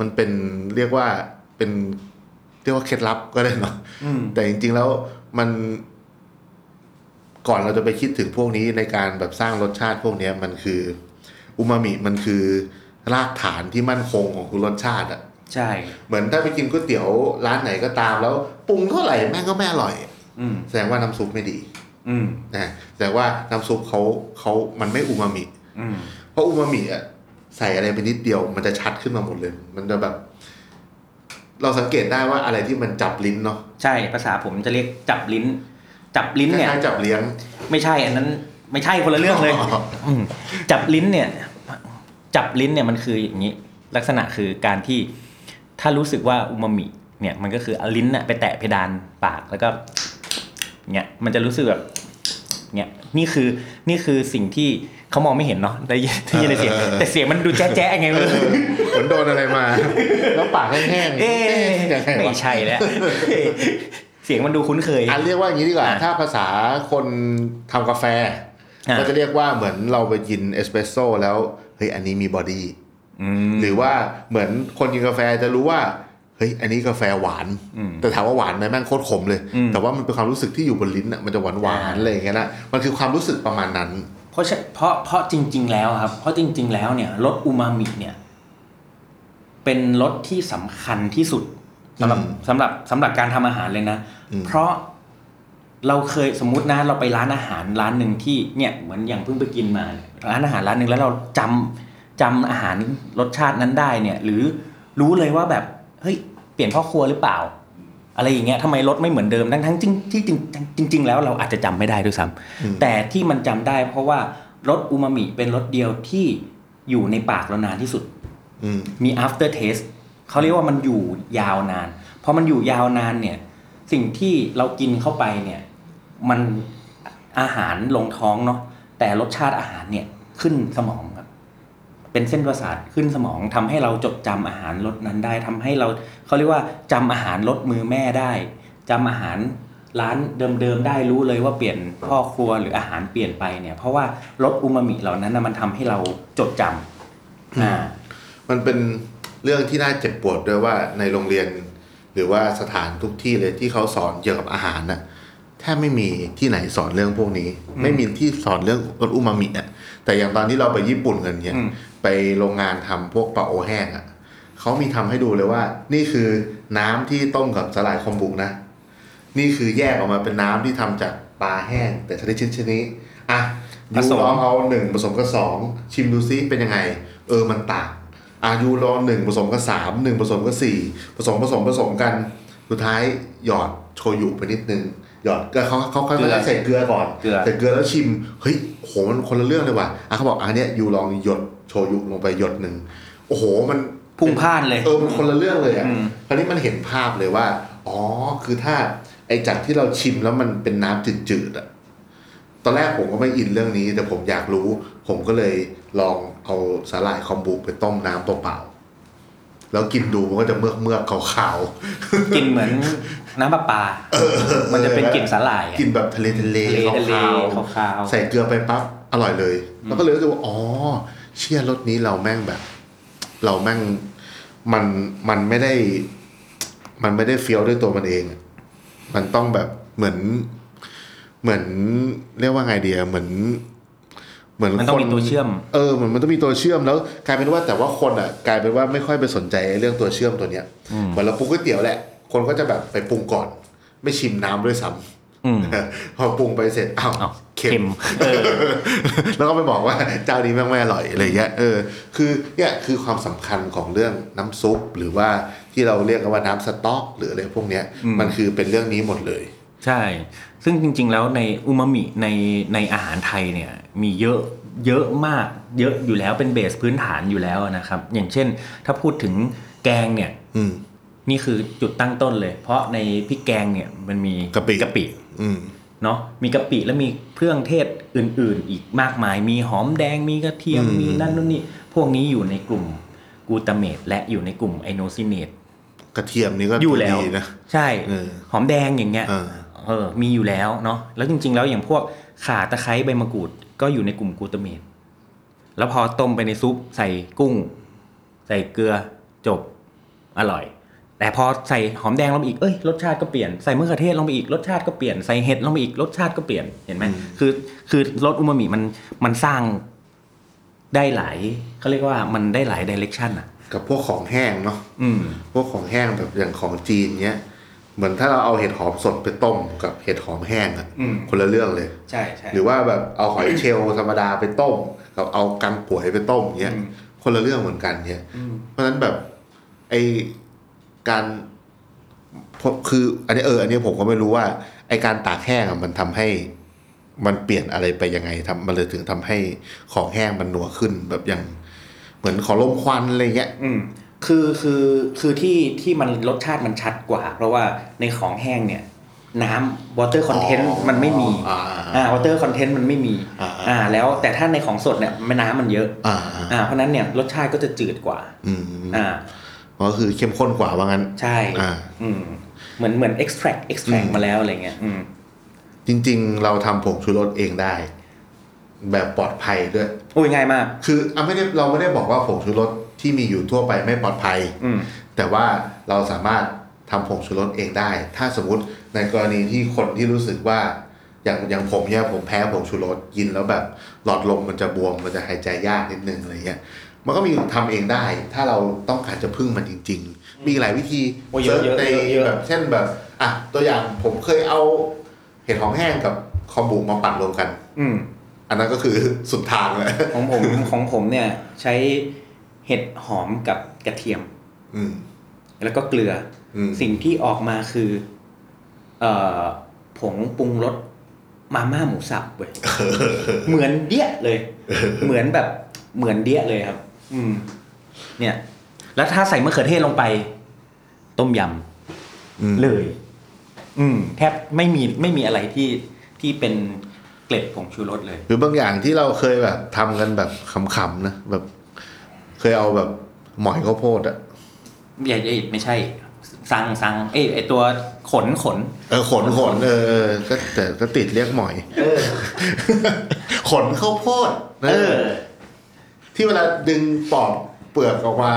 Speaker 2: มันเป็นเรียกว่าเป็นเรียกว่าเคล็ดลับก็ได้เนาะ
Speaker 4: อืม
Speaker 2: แต่จริงๆแล้วมันก่อนเราจะไปคิดถึงพวกนี้ในการแบบสร้างรสชาติพวกเนี้ยมันคืออูมามิมันคือรากฐานที่มั่นคงของคุณรสชาติอะ
Speaker 4: ใช่
Speaker 2: เหมือนถ้าไปกินก๋วยเตี๋ยวร้านไหนก็ตามแล้วปรุงเท่าไหร่แม่งก็ไม่อร่อย
Speaker 4: อืม
Speaker 2: แสดงว่าน้ำซุปไม่ดี
Speaker 4: อืม
Speaker 2: นะแสดงว่าน้ำซุปเขาเขามันไม่อูมามิ
Speaker 4: อืม
Speaker 2: เพราะอูมามิอ่ะใส่อะไรไปนิดเดียว มันจะชัดขึ้นมาหมดเลย มันจะแบบ เราสังเกตได้ว่าอะไรที่มันจับลิ้นเนาะ
Speaker 4: ใช่ภาษาผมจะเรียกจับลิ้น จับลิ้น
Speaker 2: ค
Speaker 4: เนี่ย
Speaker 2: ล้ายๆจับเลี้ยง
Speaker 4: ไม่ใช่อันนั้น ไม่ใช่คนละเรื่องเลย อืมจับลิ้นเนี่ย จับลิ้นเนี่ยมันคืออย่างนี้ ลักษณะคือการที่ถ้ารู้สึกว่าอูมามิเนี่ยมันก็คือเอาลิ้นน่ะไปแตะเพดานปากแล้วก็เนี่ยมันจะรู้สึกแบบเนี่ยนี่คือนี่คือสิ่งที่เขามองไม่เห็นเนาะได้ยินได้ยินแต่เสียง
Speaker 2: เออเออเออ
Speaker 4: แต่เสียงมันดูแจ๊ะแจ๊ะไงไม่รู้
Speaker 2: เหมือนโดนอะไรมา แล้วปากแห้งๆ
Speaker 4: เอ๊ะ
Speaker 2: ยังไง
Speaker 4: ไม่
Speaker 2: วะ
Speaker 4: ใช่แล้วเอ๊ะเสียงมันดูคุ้นเคย
Speaker 2: อันเรียกว่าอย่างนี้ดีกว่า
Speaker 4: อ่ะ
Speaker 2: ถ้าภาษาคนทำกาแฟ
Speaker 4: อ่ะ
Speaker 2: ก็จะเรียกว่าเหมือนเราไปกินเอสเปรสโซ่แล้ว เฮ้ย อันนี้มีบอดี้
Speaker 4: อืม
Speaker 2: หรือว่าเหมือนคนกินกาแฟจะรู้ว่า เฮ้ย อันนี้กาแฟหวาน
Speaker 4: อืม
Speaker 2: แต่ถามว่าหวานไหมแม่งโคตรขมเลย
Speaker 4: อืม
Speaker 2: แต่ว่ามันเป็นความรู้สึกที่อยู่บนลิ้นอ่ะ มันจะหวานหวาน
Speaker 4: อ่า
Speaker 2: อะไรอย่างเงี้ยนะ มันคือความรู้สึกประมาณนั้น
Speaker 4: เพราะฉะเพราะเพราะจริง ๆ แล้วครับ เพราะจริง ๆ แล้วเนี่ยรสอูมามิเนี่ย เป็นรสที่สำคัญที่สุดสำหรับ
Speaker 2: อืม
Speaker 4: สำหรับสำหรับการทำอาหารเลยนะ
Speaker 2: อืม
Speaker 4: เพราะเราเคยสมมุตินะ เราไปร้านอาหารร้านหนึ่งที่เนี่ยเหมือนอย่างเพิ่งไปกินมาเนี่ยร้านอาหารร้านหนึ่งแล้วเราจำจำอาหารรสชาตินั้นได้เนี่ย หรือรู้เลยว่าแบบเฮ้ยเปลี่ยนพ่อครัวหรือเปล่า อะไรอย่างเงี้ยทำไมรสไม่เหมือนเดิมทั้งทั้งจริงที่จริงจริงจริง ๆ แล้วเราอาจจะจำไม่ได้ด้วยซ้
Speaker 2: อืม
Speaker 4: ำแต่ที่มันจำได้เพราะว่ารสอูมามิเป็นรสเดียวที่อยู่ในปากเรานานที่สุด
Speaker 2: อืม
Speaker 4: มี after taste เขาเรียกว่ามันอยู่ยาวนานพอมันอยู่ยาวนานเนี่ย สิ่งที่เรากินเข้าไปเนี่ย มันอาหารลงท้องเนาะแต่รสชาติอาหารเนี่ยขึ้นสมองครับ เป็นเส้นประสาทขึ้นสมองทำให้เราจดจำอาหารรสนั้นได้ทำให้เราเขาเรียกว่าจำอาหารรสมือแม่ได้ จำอาหารร้านเดิมๆได้รู้เลยว่าเปลี่ยนพ่อครัวหรืออาหารเปลี่ยนไปเนี่ย เพราะว่ารสอูมามิเหล่านั้นนะมันทำให้เราจดจำอ่า
Speaker 2: มันเป็นเรื่องที่น่าเจ็บปวดด้วยว่าในโรงเรียน หรือว่าสถานทุกที่เลยที่เขาสอนเกี่ยวกับอาหารน่ะแทบไม่มีที่ไหนสอนเรื่องพวกนี้ ไม่มีที่สอนเรื่องรสอูมามิอ่ะแต่อย่างตอนที่เราไปญี่ปุ่นกันเนี่ย
Speaker 4: อืม
Speaker 2: ไปโรงงานทำพวกปลาโอแห้งอ่ะเขามีทำให้ดูเลยว่า นี่คือน้ำที่ต้มกับสลายคอมบุนะ นี่คือแยกออกมาเป็นน้ำที่ทำจากปลาแห้ง แต่ชนิดชิ้นชนิดอ่ะ
Speaker 4: ผ
Speaker 2: ยู
Speaker 4: สม
Speaker 2: ลองเอาหนึ่งผสมกับสองชิมดูซิเป็นยังไง เออมันต่างอายูลองหนึ่งผสมกับสามหนึ่งผสมกับสี่ผสมผสมผสมกัน สุดท้ายหยอดโชยุไปนิดนึง หยอดก็เขาเขาเขา
Speaker 4: เกลือ
Speaker 2: ใส่เกลือก่อน
Speaker 4: เกลือ
Speaker 2: ใส่เกลือแล้วชิมเฮ้ยโหมันคนละเรื่องเลยว่ะอ่ะเขาบอกอันเนี้ยยูลองหยดโชยุลงไปหยดหนึ่งโอ้โหมัน
Speaker 4: พุ่งพลาดเลย
Speaker 2: เออมันคนละเรื่องเลยอ่ะ
Speaker 4: อืม
Speaker 2: คราวนี้มันเห็นภาพเลยว่า อ๋อ คือถ้าไอ้จากที่เราชิมแล้วมันเป็นน้ำจืดๆอ่ะ ตอนแรกผมก็ไม่อินเรื่องนี้ แต่ผมอยากรู้ ผมก็เลยลองเอาสาหร่ายคอมบูไปต้มน้ำเปล่าๆ แล้วกินดูมันก็จะเมือกเมือกๆขาว
Speaker 4: กลิ่นเหมือนน้ำประปา
Speaker 2: ๆ
Speaker 4: มันจะเป็นกลิ่นสาหร่ายอะ
Speaker 2: กินแบบทะเลทะเล
Speaker 4: ทะเล
Speaker 2: ๆ
Speaker 4: ขาวๆ
Speaker 2: ใส่เกลือไปปั๊บอร่อยเลย แล้วก็เลยรู้สึกว่าอ๋อ เชี่ยรสนี้เราแม่งแบบ เราแม่งมันมันไม่ได้ มันไม่ได้เฟี้ยวด้วยตัวมันเองอะมันต้องแบบเหมือน เหมือนเรียกว่าไงเดียเหมือน เหมือน
Speaker 4: มันต้องมี
Speaker 2: ค
Speaker 4: ตัวเชื่อม
Speaker 2: เออเหมือนมันต้องมีตัวเชื่อมแล้ว กลายเป็นว่าแต่ว่าคนอ่ะ กลายเป็นว่าไม่ค่อยไปสนใจไอ้เรื่องตัวเชื่อมตัวเนี้ยเหมือนเราปรุงก๋วยเตี๋ยวแหละ คนก็จะแบบไปปรุงก่อน ไม่ชิมน้ำด้วยซ้
Speaker 4: อืม
Speaker 2: ำ พอปรุงไปเสร็จอ้าว
Speaker 4: อ้าว
Speaker 2: เค็
Speaker 4: เค็
Speaker 2: ม
Speaker 4: มเออ
Speaker 2: แล้วก็ไปบอกว่าเจ้านี้แม่งไม่อร่อยอะไรเงี้ยเออคือเนี่ยคือความสำคัญของเรื่องน้ำซุป หรือว่าที่เราเรียกกันว่าน้ำสต๊อกหรืออะไรพวกเนี้ย
Speaker 4: อืม
Speaker 2: มันคือเป็นเรื่องนี้หมดเลย
Speaker 4: ใช่ ซึ่งจริง ๆ แล้วในอูมามิในในอาหารไทยเนี่ยมีเยอะเยอะมาก เยอะอยู่แล้วเป็นเบสพื้นฐานอยู่แล้วนะครับ อย่างเช่น ถ้าพูดถึงแกงเนี่ย
Speaker 2: อืม
Speaker 4: นี่คือจุดตั้งต้นเลย เพราะในพริกแกงเนี่ยมันมี
Speaker 2: กะปิ
Speaker 4: กะปิ
Speaker 2: อืม
Speaker 4: เนาะมีกะปิแล้วมีเครื่องเทศอื่น ๆ อีกมากมาย มีหอมแดงมีกระเทียม
Speaker 2: อืม
Speaker 4: มีนั่นนู่นนี่พวกนี้อยู่ในกลุ่มกูตาเมตและอยู่ในกลุ่มไอโนซิเนต
Speaker 2: กระเทียมนี่ก็
Speaker 4: อยู่แล้ว
Speaker 2: ดีนะ
Speaker 4: ใช่
Speaker 2: เออ
Speaker 4: หอมแดงอย่างเงี้ย
Speaker 2: เออ
Speaker 4: เออมีอยู่แล้วเนาะแล้วจริง ๆ แล้วอย่างพวกข่าตะไคร้ใบมะกรูดก็อยู่ในกลุ่มกลูตาเมตแล้วพอต้มไปในซุปใส่กุ้ง ใส่เกลือจบอร่อย แต่พอใส่หอมแดงลงไปอีกเอ้ยรสชาติก็เปลี่ยนใส่มะเขือเทศลงไปอีกรสชาติก็เปลี่ยนใส่เห็ดลงไปอีกรสชาติก็เปลี่ยนเห็นไหมคือคือรสอูมามิมันมันสร้างได้หลายเขาเรียกว่ามันได้หลายดิเรกชันอ่ะ
Speaker 2: กับพวกของแห้งเนาะ
Speaker 4: อืม
Speaker 2: พวกของแห้งแบบอย่างของจีนเนี้ยเหมือนถ้าเราเอาเห็ดหอมสดไปต้มกับเห็ดหอมแห้งอะ
Speaker 4: อืม
Speaker 2: คนละเรื่องเลย
Speaker 4: ใช่ใช่
Speaker 2: หรือว่าแบบเอาหอยเชลล์ธรรมดาไปต้ม กับเอากังป่วยไปต้มเงี้ย
Speaker 4: อืม
Speaker 2: คนละเรื่องเหมือนกันเนี่ย เพราะฉะนั้นแบบไอการพบคือ อันนี้เออ อันนี้ผมก็ไม่รู้ว่า ไอการตากแห้งอะมันทำให้ มันเปลี่ยนอะไรไปยังไงทำมันเลยถึงทำให้ของแห้งมันหนัวขึ้นแบบอย่าง เหมือนขอลมควันอะไรเงี้ย
Speaker 4: อืมคือคือคือที่ที่มันรสชาติมันชัดกว่า เพราะว่าในของแห้งเนี่ย น้ำ water content
Speaker 2: อ๋อ
Speaker 4: มันไม่มี
Speaker 2: อ่า
Speaker 4: อ่า water content มันไม่มี
Speaker 2: อ่า
Speaker 4: แล้วแต่ถ้าในของสดเนี่ยมันน้ำมันเยอะ
Speaker 2: อ่า
Speaker 4: อ่าเพราะฉะนั้นเนี่ยรสชาติก็จะจืดกว่า
Speaker 2: อืม
Speaker 4: อ่า
Speaker 2: ก็คือเข้มข้นกว่าว่างั้น
Speaker 4: ใช่
Speaker 2: อ่า
Speaker 4: อืมเหมือนเหมือน extract extract มาแล้วอะไรเงี้ยอืม
Speaker 2: จริง ๆ เราทำผงชูรสเองได้ แบบปลอดภัยด้วย
Speaker 4: โอ้ยง่ายมาก
Speaker 2: คืออ่ะไม่ได้เราไม่ได้บอกว่าผงชูรสที่มีอยู่ทั่วไปไม่ปลอดภัย
Speaker 4: อืม
Speaker 2: แต่ว่าเราสามารถทำผงชูรสเองได้ ถ้าสมมติในกรณีที่คนที่รู้สึกว่า อย่างอย่างผมเนี่ยผมแพ้ผงชูรสกินแล้วแบบหลอดลมมันจะบวมมันจะหายใจยากนิดนึงอะไรเงี้ย มันก็มีทำเองได้ ถ้าเราต้องการจะพึ่งมันจริง ๆ มีหลายวิธี
Speaker 4: โอ้เยอะ
Speaker 2: ร์ชใน
Speaker 4: เยอะเยอะ
Speaker 2: แบบเช่นแบบอ่ะตัวอย่างผมเคยเอาเห็ดหอมแห้งกับคอมบูมาปั่นรวมกัน
Speaker 4: อืม
Speaker 2: อันนั้นก็คือสุดทางเลย
Speaker 4: ของผม ของผมเนี่ยใช้เห็ดหอมกับกระเทียม
Speaker 2: อืม
Speaker 4: แล้วก็เกลืออ
Speaker 2: ม
Speaker 4: สิ่งที่ออกมาคือ เอ่อผงปรุงรสมาม่าหมูสับเว้ย เหมือนเดี้ยเลย เหมือนแบบเหมือนเดี้ยเลยครับ อืม เนี่ย แล้วถ้าใส่มะเขือเทศลงไป ต้มย
Speaker 2: อืม
Speaker 4: ำเลย อืม แทบไม่มีไม่มีอะไรที่ที่เป็นเกล็ดผงชูรสเลย
Speaker 2: หรือบางอย่างที่เราเคยแบบทำกันแบบขำๆนะแบบ เคยเอาแบบหมอยข้าวโพดอะ
Speaker 4: ใหญ่าไม่ใช่ สั่งสั่งเอ้ยไอตัวขนขน
Speaker 2: เออขนขนเออเออก็แต่ก็ติดเรียกหมอย
Speaker 4: เออ
Speaker 2: ขนข้าวโพด
Speaker 4: เออ
Speaker 2: ที่เวลาดึงปอกเปลือกออกมา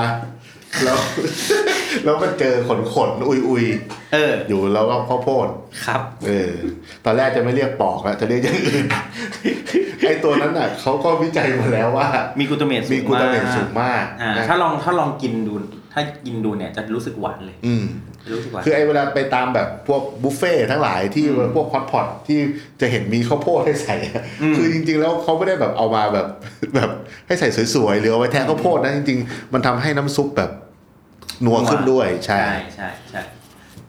Speaker 2: แล้ว แล้วมันเจอขนขนอุยอุย
Speaker 4: เออ
Speaker 2: อยู่แล้วก็ข้าวโพด
Speaker 4: ครับ
Speaker 2: เออ ตอนแรกจะไม่เรียกปอกอะจะเรียกอย่างอื่น ไอตัวนั้นอ่ะเขาก็วิจัยมาแล้วว่า
Speaker 4: มีกลูตาเมตสูง
Speaker 2: มี
Speaker 4: มาก
Speaker 2: กลูตาเมตสูงมาก
Speaker 4: อ่า
Speaker 2: นะ
Speaker 4: ถ้าลองถ้าลองกินดู ถ้ากินดูเนี่ยจะรู้สึกหวานเลย
Speaker 2: อืม
Speaker 4: รู้สึกหวาน
Speaker 2: คือไอ้เวลาไปตามแบบพวกบุฟเฟ่ต์ทั้งหลายที่
Speaker 4: อืม
Speaker 2: พวกฮอตพอตที่จะเห็นมีข้าวโพดให้ใส่อะ
Speaker 4: อืม
Speaker 2: คือจริงๆแล้วเขาไม่ได้แบบเอามาแบบ แบบให้ใส่สวยๆหรือเอาไว้แทนข้าวโพดนะจริงๆ มันทำให้น้ำซุปแบบนัวขึ้นด้วยใช่
Speaker 4: ใช่ใช่ใช่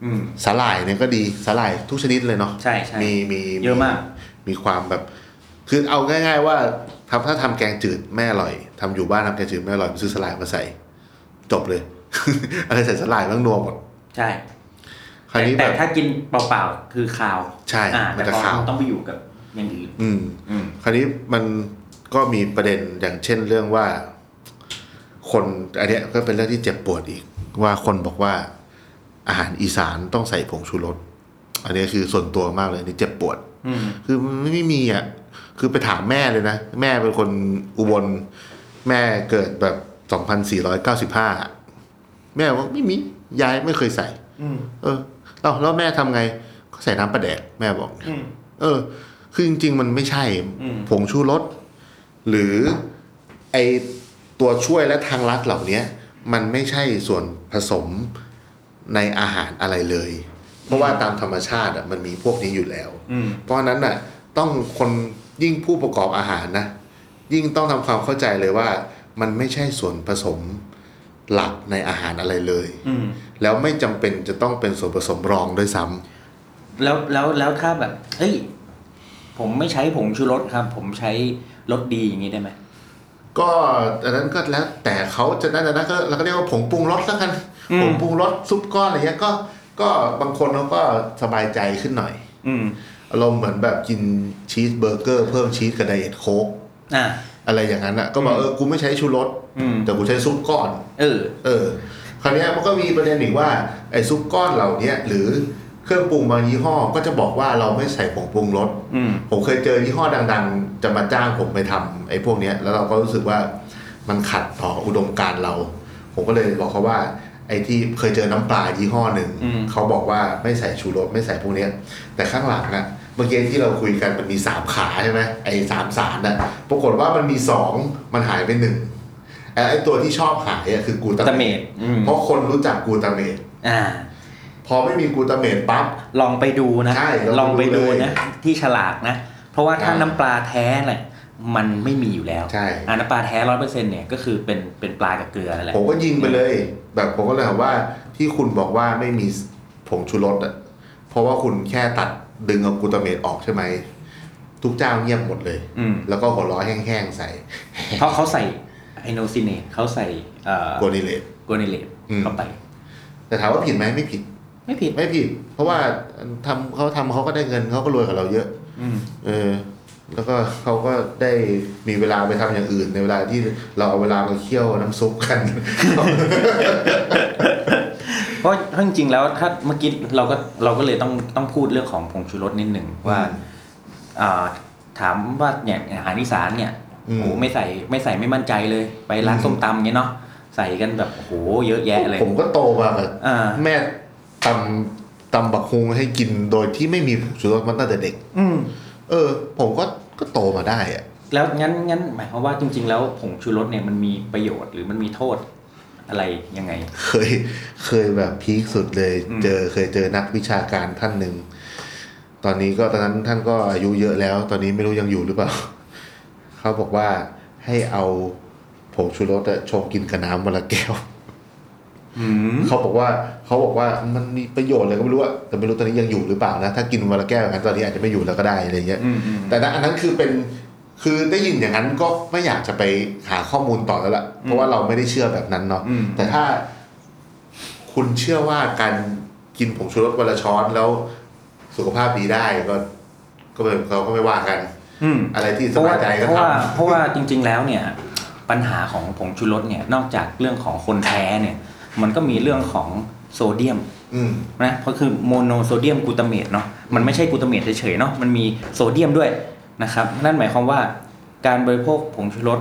Speaker 4: อืม
Speaker 2: สาหร่ายเนี่ยก็ดีสาหร่ายทุกชนิดเลยเนาะ
Speaker 4: ใช่ใช่
Speaker 2: มีมี
Speaker 4: เยอะมาก
Speaker 2: มีความแบบ คือเอาง่าย ๆ ว่าทำถ้าทำแกงจืดแม่อร่อยทำอยู่บ้านทำแกงจืดแม่อร่อยซื้อสาหร่ายมาใส่ จบเลย อะไรใส่สาหร่ายต้องนัวหมด
Speaker 4: ใช่
Speaker 2: คราวนี้แบ
Speaker 4: แต่
Speaker 2: บ
Speaker 4: ถ้ากินเปล่าๆคือคาว
Speaker 2: ใช่
Speaker 4: อ่า
Speaker 2: มั
Speaker 4: แต่
Speaker 2: นจะ
Speaker 4: พอ
Speaker 2: คาว
Speaker 4: ต้องไปอยู่กับอย่างอื่น
Speaker 2: อืม
Speaker 4: อืม
Speaker 2: คราวนี้มันก็มีประเด็นอย่างเช่นเรื่องว่า คนอันเนี้ยก็เป็นเรื่องที่เจ็บปวดอีก ว่าคนบอกว่าอาหารอีสานต้องใส่ผงชูรสอันนี้คือส่วนตัวมากเลยอันนี่เจ็บปวด
Speaker 4: อืม
Speaker 2: คือมันไม่มีอ่ะ คือไปถามแม่เลยนะ แม่เป็นคนอุบล แม่เกิดแบบ 2495 แม่บอกไม่มี ยายไม่เคยใส่
Speaker 4: อืม
Speaker 2: เออแล้วแล้วแม่ทำไง ก็ใส่น้ำประแดก แม่บอก
Speaker 4: อืม
Speaker 2: เออ คือจริง ๆ มันไม่ใช่
Speaker 4: อืม
Speaker 2: ผงชูรสหรือไอตัวช่วยและทางลัดเหล่าเนี้ย มันไม่ใช่ส่วนผสมในอาหารอะไรเลย เพราะว่าตามธรรมชาติอะมันมีพวกนี้อยู่แล้ว
Speaker 4: อืม
Speaker 2: เพราะฉะนั้นน่ะต้องคนยิ่งผู้ประกอบอาหารนะ ยิ่งต้องทำความเข้าใจเลยว่า มันไม่ใช่ส่วนผสมหลักในอาหารอะไรเลย
Speaker 4: อืม
Speaker 2: แล้วไม่จำเป็นจะต้องเป็นส่วนผสมรองด้วยซ้ำ
Speaker 4: แล้วแล้วแล้วถ้าแบบ เฮ้ย ผมไม่ใช้ผงชูรสครับ ผมใช้รสดีอย่างนี้ได้ไหม
Speaker 2: ก็อันนั้นก็แล้วแต่เขาจะนั่นนะก็เราก็เรียกว่าผงปรุงรสแล้วกัน
Speaker 4: อืม
Speaker 2: ผงปรุงรสซุปก้อนอะไรเงี้ยก็ก็บางคนเขาก็สบายใจขึ้นหน่อย
Speaker 4: อืม
Speaker 2: อารมณ์เหมือนแบบกินชีสเบอร์เกอร์เพิ่มชีสกับไดเอทโค้ก
Speaker 4: อ่า
Speaker 2: อะไรอย่างนั้นอ่ะก็บอก
Speaker 4: อืม
Speaker 2: เออกูไม่ใช้ชูรส
Speaker 4: อืม
Speaker 2: แต่กูใช้ซุปก้อน
Speaker 4: เออ
Speaker 2: เออ คราวเนี้ยมันก็มีประเด็นอีกว่าไอ้ซุปก้อนเหล่าเนี้ยหรือเครื่องปรุงบางยี่ห้อก็จะบอกว่าเราไม่ใส่ผงปรุงรส
Speaker 4: อืม
Speaker 2: ผมเคยเจอยี่ห้อดังๆ จะมาจ้างผมไปทำไอ้พวกเนี้ยแล้วเราก็รู้สึกว่ามันขัดต่ออุดมการณ์เรา ผมก็เลยบอกเขาว่า ไอ้ที่เคยเจอน้ำปลายี่ห้อหนึ่ง
Speaker 4: อืม
Speaker 2: เขาบอกว่าไม่ใส่ชูรสไม่ใส่พวกเนี้ย แต่ข้างหลังอะเมื่อกี้ที่เราคุยกันมันมีสามขาใช่ไหมไอ้สามสารน่ะปรากฏว่ามันมีสองมันหายไปหนึ่งไอ้ไอ้ตัวที่ชอบหายอะคือกูตา
Speaker 4: ตะเม
Speaker 2: เม
Speaker 4: ด
Speaker 2: ต
Speaker 4: อืม
Speaker 2: เพราะคนรู้จักกูตาเมต
Speaker 4: อ่า
Speaker 2: พอไม่มีกูตาเมตปั๊บ
Speaker 4: ลองไปดูนะ
Speaker 2: ใช่
Speaker 4: ล
Speaker 2: ล
Speaker 4: อ
Speaker 2: อง ง
Speaker 4: ไป
Speaker 2: ไป
Speaker 4: ดู
Speaker 2: ดูเลย
Speaker 4: นะ ที่ฉลากนะ เพราะว่าถ้า
Speaker 2: อ่า
Speaker 4: น้ำปลาแท้น่ะมันไม่มีอยู่แล้ว
Speaker 2: ใช่
Speaker 4: อ่าน้ำปลาแท้ร้อยเปอร์เซ็นต์เนี่ยก็คือเป็นเป็นปลากับเกลือนั่นแหละ
Speaker 2: ผมก็ยิงไปเลย แบบผมก็เลยถามว่าที่คุณบอกว่าไม่มีผงชูรสอ่ะเพราะว่าคุณแค่ตัดดึงเอากลูตาเมตออกใช่ไหม ทุกเจ้าเงียบหมดเลย
Speaker 4: อืม
Speaker 2: แล้วก็หัวเร้อแห้งๆใส่
Speaker 4: เพราะเขาใส่ไอโนซินเนตเขาใส่เอ่อก
Speaker 2: วนิเลต
Speaker 4: โกนิเลต
Speaker 2: อืม
Speaker 4: เข้าไป
Speaker 2: แต่ถามว่าผิดไหมไม่ผิด
Speaker 4: ไม่ผิด
Speaker 2: ไม่ผิด เพราะว่าทำเขาทำเขาก็ได้เงินเขาก็รวยกับเราเยอะ
Speaker 4: อืม
Speaker 2: เออ แล้วก็เขาก็ได้มีเวลาไปทำอย่างอื่น ในเวลาที่เราเอาเวลามาเคี่ยวน้ำซุปกัน
Speaker 4: เพราะเพราะจริงๆแล้วถ้าเมื่อกี้เราก็เราก็เลยต้องต้องพูดเรื่องของผงชูรสนิดหนึ่งว่าอ่าถามว่าเนี่ยอาหารอีสานเนี่ย
Speaker 2: อืม
Speaker 4: โอ้โหไม่ใส่ไม่ใส่ไม่มั่นใจเลย ไปร้าน
Speaker 2: อืม
Speaker 4: ส้มตำเงี้ยเนาะใส่กันแบบโอ้โหเยอะแยะเลย
Speaker 2: ผมก็โตมาแบบ
Speaker 4: อ่า
Speaker 2: แม่ตำตำบักฮุงให้กินโดยที่ไม่มีผงชูรสมันตั้งแต่เด็ก
Speaker 4: อืม
Speaker 2: เออ ผมก็ก็โตมาได้อะ
Speaker 4: แล้วงั้นงั้นหมายความว่าจริง ๆ แล้วผงชูรสเนี่ยมันมีประโยชน์หรือมันมีโทษอะไรยังไง
Speaker 2: เคยเคยแบบพีคสุดเลย
Speaker 4: อืม
Speaker 2: เจอเคยเจอนักวิชาการท่านหนึ่ง ตอนนี้ก็ตอนนั้นท่านก็อายุเยอะแล้ว ตอนนี้ไม่รู้ยังอยู่หรือเปล่า เขาบอกว่าให้เอาผงชูรสอะชงกินกับน้ำวันละแก้ว
Speaker 4: อืม
Speaker 2: เขาบอกว่าเขาบอกว่ามันมีประโยชน์อะไรก็ไม่รู้อะแต่ไม่รู้ตอนนี้ยังอยู่หรือเปล่านะถ้ากินวันละแก้วอย่างนั้นตอนนี้อาจจะไม่อยู่แล้วก็ได้อะไรอย่างเงี้ย
Speaker 4: อืมอืม
Speaker 2: แต่นะอันนั้นคือเป็นคือได้ยินอย่างนั้นก็ไม่อยากจะไปหาข้อมูลต่อแล้วล่ะเพราะว่าเราไม่ได้เชื่อแบบนั้นเนาะ
Speaker 4: อืม
Speaker 2: แต่ถ้าคุณเชื่อว่าการกินผงชูรสวันละช้อนแล้วสุขภาพดีได้ก็ ก็เป็นเราก็ไม่ว่ากัน
Speaker 4: อืม
Speaker 2: อะไรที่
Speaker 4: เพ
Speaker 2: ส
Speaker 4: ราะ
Speaker 2: บา
Speaker 4: ว่าย
Speaker 2: ใจก็
Speaker 4: เพราะ
Speaker 2: ท
Speaker 4: ว่าเพราะว่าจริง ๆ แล้วเนี่ยปัญหาของผงชูรสเนี่ยนอกจากเรื่องของคนแพ้เนี่ย มันก็มีเรื่องของ โซเดียม
Speaker 2: อืม
Speaker 4: นะเพราะคือโมโนโซเดียมกลูตามตเนาะมันไม่ใช่กลูตามตเฉยๆเนาะมันมีโซเดียมด้วยนะครับนั่นหมายความว่าการบริโภคผงชูรส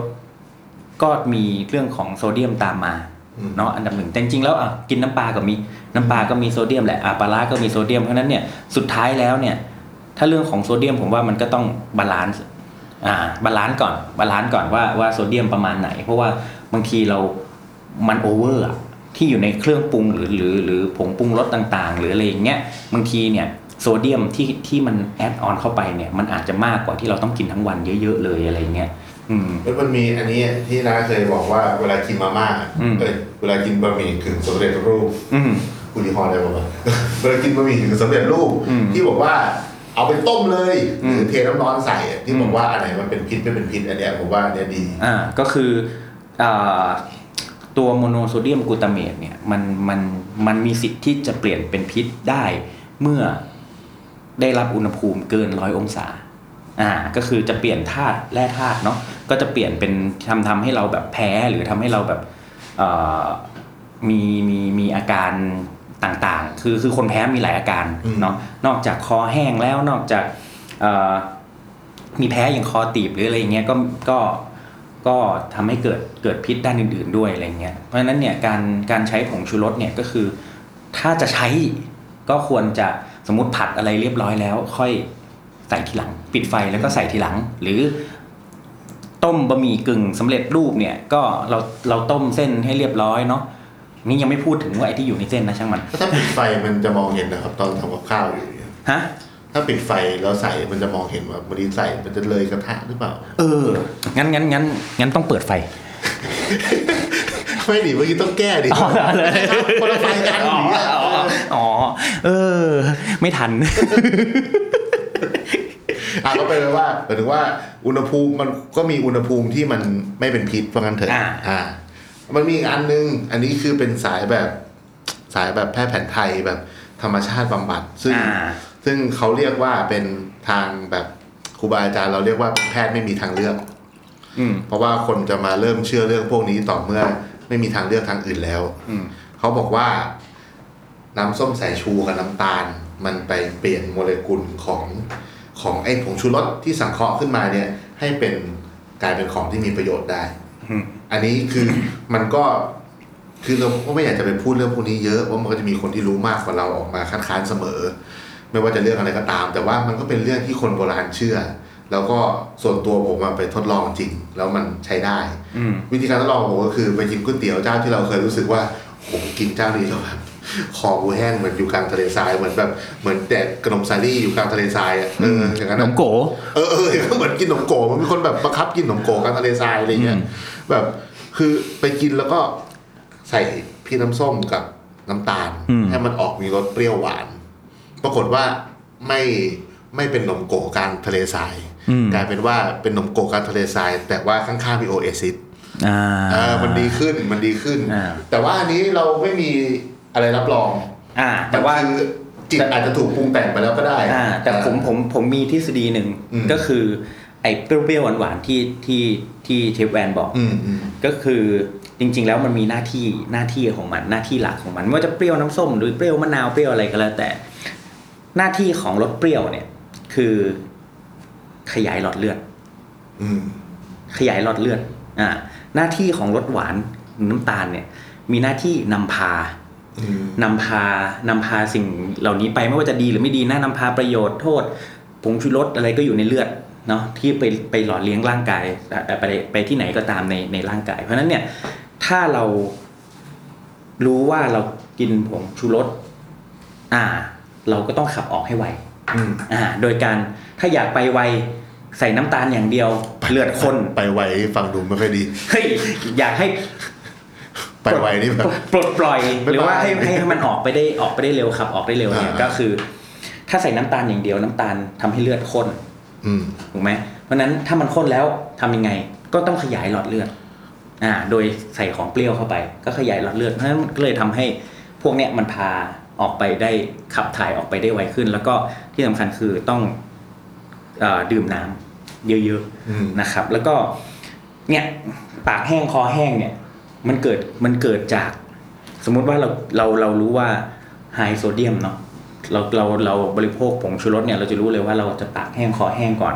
Speaker 4: ก็มีเรื่องของโซเดียมตามมา
Speaker 2: อืม
Speaker 4: เนาะอันดับหนึ่งแต่จริงๆแล้วอ่ะกินน้ำปลาก็มีน้ำปลาก็มีโซเดียมแหละอ่ะปลาร้าก็มีโซเดียมเพราะฉะนั้นเนี่ยสุดท้ายแล้วเนี่ยถ้าเรื่องของโซเดียมผมว่ามันก็ต้องบาลานซ์อ่าบาลานซ์ก่อนบาลานซ์ก่อนว่าว่าโซเดียมประมาณไหน เพราะว่าบางทีเรา มันโอเวอร์อะที่อยู่ในเครื่องปรุงหรือหรือหรือผงปรุงรสต่างๆ หรืออะไรอย่างเงี้ยบางทีเนี่ยโซเดียมที่ที่มันแอดออนเข้าไปเนี่ยมันอาจจะมากกว่าที่เราต้องกินทั้งวันเยอะๆเลยอะไรเงี้ยอืม
Speaker 2: แล้วมันมีอันนี้ที่น้าเคยบอกว่าเวลากินมาม่า
Speaker 4: อืม
Speaker 2: เอ้ยเวลากินบะหมี่กึ่งสำเร็จรูป
Speaker 4: อืม
Speaker 2: คุณยี่ห้ออะไร บอกว่า เวลากินบะหมี่กึ่งสำเร็จรูป
Speaker 4: อืม
Speaker 2: ที่บอกว่าเอาไปต้มเลยหรืออ
Speaker 4: ม
Speaker 2: เทน้ำร้อนใส่อะที่บอกว่าอันไหนมันเป็นพิษไม่เป็นพิษอันเนี้ยผมว่าอันเนี้ยดี
Speaker 4: อ่าก็คืออ่าตัวโมโนโซเดียมกลูตาเมตเนี่ยมันมันมันมีสิทธิ์ที่จะเปลี่ยนเป็นพิษได้เมื่อได้รับอุณหภูมิเกินร้อยองศาอ่าก็คือจะเปลี่ยนธาตุแร่ธาตุเนาะก็จะเปลี่ยนเป็นทำทำให้เราแบบแพ้หรือทำให้เราแบบเอ่อมีมีมีอาการต่างๆ คือคือคนแพ้มีหลายอาการ
Speaker 2: อืม
Speaker 4: เนาะนอกจากคอแห้งแล้วนอกจากเอ่อ มีแพ้อย่างคอตีบหรืออะไรอย่างเงี้ยก็ก็ก็ทำให้เกิดเกิดพิษด้านอื่นๆด้วยอะไรเงี้ยเพราะฉะนั้นเนี่ยการการใช้ผงชูรสเนี่ยก็คือถ้าจะใช้ก็ควรจะสมมติผัดอะไรเรียบร้อยแล้ว ค่อยใส่ทีหลัง ปิดไฟแล้วก็ใส่ทีหลัง หรือต้มบะหมี่กึ่งสำเร็จรูปเนี่ยก็เราเราต้มเส้นให้เรียบร้อยเนาะนี่ยังไม่พูดถึงว่าไอ้ที่อยู่ในเส้นนะช่างมัน
Speaker 2: ถ้าปิดไฟมันจะมองเห็นนะครับ ตอนทำกับข้าวอยู่เนี่ย
Speaker 4: ฮะ
Speaker 2: ถ้าปิดไฟแล้วใส่มันจะมองเห็นว่าบริใส่มันจะเลยกระทะหรือเปล่า
Speaker 4: เอองั้นงั้นงั้นงั้นต้องเปิดไฟ
Speaker 2: ไม่ดิเมื่อกี้ต้องแก้ดิ
Speaker 4: อ๋อเหรอ
Speaker 2: คนละไฟกัน
Speaker 4: อ๋ออ๋ออ๋อ เออ ไม่ทัน
Speaker 2: อ่ะก็เป็นว่าหมายถึงว่าอุณหภูมิมันก็มีอุณหภูมิที่มันไม่เป็นพิษเพราะงั้นเถอะ
Speaker 4: อ่า
Speaker 2: อ่า มันมีอีกอันนึง อันนี้คือเป็นสายแบบสายแบบแพทย์แผนไทยแบบธรรมชาติบำบัด ซึ่ง
Speaker 4: อ่า
Speaker 2: ซึ่งเขาเรียกว่าเป็นทางแบบครูบาอาจารย์เราเรียกว่าแพทย์ไม่มีทางเลือก
Speaker 4: อืม
Speaker 2: เพราะว่าคนจะมาเริ่มเชื่อเรื่องพวกนี้ต่อเมื่อไม่มีทางเลือกทางอื่นแล้ว
Speaker 4: อืม
Speaker 2: เขาบอกว่า น้ำส้มสายชูกับน้ำตาล มันไปเปลี่ยนโมเลกุลของของไอ้ผงชูรสที่สังเคราะห์ขึ้นมาเนี่ย ให้เป็นกลายเป็นของที่มีประโยชน์ได้
Speaker 4: อืม
Speaker 2: อันนี้คือ มันก็คือเราก็ไม่อยากจะไปพูดเรื่องพวกนี้เยอะเพราะมันก็จะมีคนที่รู้มากกว่าเราออกมาคัดค้านเสมอ ไม่ว่าจะเรื่องอะไรก็ตาม แต่ว่ามันก็เป็นเรื่องที่คนโบราณเชื่อ แล้วก็ส่วนตัวผมมาไปทดลองจริง แล้วมันใช้ได้
Speaker 4: อืม
Speaker 2: วิธีการทดลองของผมก็คือไปกินก๋วยเตี๋ยวเจ้าที่เราเคยรู้สึกว่าโหกินเจ้านี้แล้วแบบคอกูแห้งเหมือนอยู่กลางทะเลทรายเหมือนแบบเหมือนแดดขนมซาลี่อยู่กลางทะเลทรายอ่ะเอออย่างนั้น
Speaker 4: หน
Speaker 2: อะ
Speaker 4: มโก
Speaker 2: เออเออเหมือนกินขนมโกมันมีคนแบบบังคับกินขนมโกกลางทะเลทรายอะไรเงี้ย
Speaker 4: อืม
Speaker 2: แบบคือไปกินแล้วก็ใส่พี่น้ำส้มกับน้ำตาล ให้มันออกมีรสเปรี้ยวหวาน ปรากฏว่าไม่ไม่เป็นหนมโกกลางทะเลทรายกลายเป็นว่าเป็นหนมโกกลางทะเลทราย แต่ว่าข้างๆมีโอเอซิส
Speaker 4: อ่า
Speaker 2: อ่ามันดีขึ้นมันดีขึ้น
Speaker 4: อ่า
Speaker 2: แต่ว่าอันนี้เราไม่มีอะไรรับรอง
Speaker 4: อ่า แต่ว่า
Speaker 2: มันคือจิตอาจจะถูกปรุงแต่งไปแล้วก็ได้
Speaker 4: อ่า แต่ผม ผม ผมมีทฤษฎีหนึ่ง
Speaker 2: อืม
Speaker 4: ก็คือ ไอ้เปรี้ยวๆหวานๆที่ ที่ ที่เชฟแวนบอก
Speaker 2: อืมอืม
Speaker 4: ก็คือจริงๆแล้วมันมีหน้าที่หน้าที่ของมันหน้าที่หลักของมันไม่ว่าจะเปรี้ยวน้ำส้มหรือเปรี้ยวมะนาวเปรี้ยวอะไรก็แล้วแต่ หน้าที่ของรสเปรี้ยวเนี่ย คือขยายหลอดเลือด
Speaker 2: อืม
Speaker 4: ขยายหลอดเลือด อ่า หน้าที่ของรสหวานหรือน้ำตาลเนี่ย มีหน้าที่นำพา
Speaker 2: อืม
Speaker 4: นำพานำพาสิ่งเหล่านี้ไปไม่ว่าจะดีหรือไม่ดีนะนำพาประโยชน์โทษผงชูรสอะไรก็อยู่ในเลือดเนาะที่ไปไปหล่อเลี้ยงร่างกายไปไปไปที่ไหนก็ตามในในร่างกาย เพราะฉะนั้นเนี่ยถ้าเรารู้ว่าเรากินผงชูรสอ่า เราก็ต้องขับออกให้ไว
Speaker 2: อืม
Speaker 4: อ่า โดยการถ้าอยากไปไวใส่น้ำตาลอย่างเดียวเลือดข้น
Speaker 2: ไปไวฟังดูไม่ค่อยดี
Speaker 4: เฮ้ยอยากให้
Speaker 2: ไปไวนี่แบบ
Speaker 4: ปลดปล่อย
Speaker 2: บ๊ายบาย
Speaker 4: หรือว่าให้ให้ให้มันออกไปได้ออกไปได้เร็วขับ ออกได้เร็วเนี่ย
Speaker 2: อ่า
Speaker 4: ก็คือ ถ้าใส่น้ำตาลอย่างเดียวน้ำตาลทำให้เลือดข้น
Speaker 2: อืม
Speaker 4: ถูกไหมเพราะฉะนั้นถ้ามันข้นแล้วทำยังไง ก็ต้องขยายหลอดเลือด อ่า โดยใส่ของเปรี้ยวเข้าไป ก็ขยายหลอดเลือดเพราะฉะนั้นก็เลยทำให้พวกเนี้ยมันพาออกไปได้ขับถ่ายออกไปได้ไวขึ้น แล้วก็ที่สำคัญคือต้องเออดื่มน้ำเยอะ
Speaker 2: อืม
Speaker 4: ๆนะครับ แล้วก็เนี่ยปากแห้งคอแห้งเนี่ย มันเกิดมันเกิดจาก สมมุติว่าเราเราเรารู้ว่าไฮโซเดียมเนาะเราเราเราบริโภคผงชูรสเนี่ยเราจะรู้เลยว่าเราจะปากแห้งคอแห้งก่อน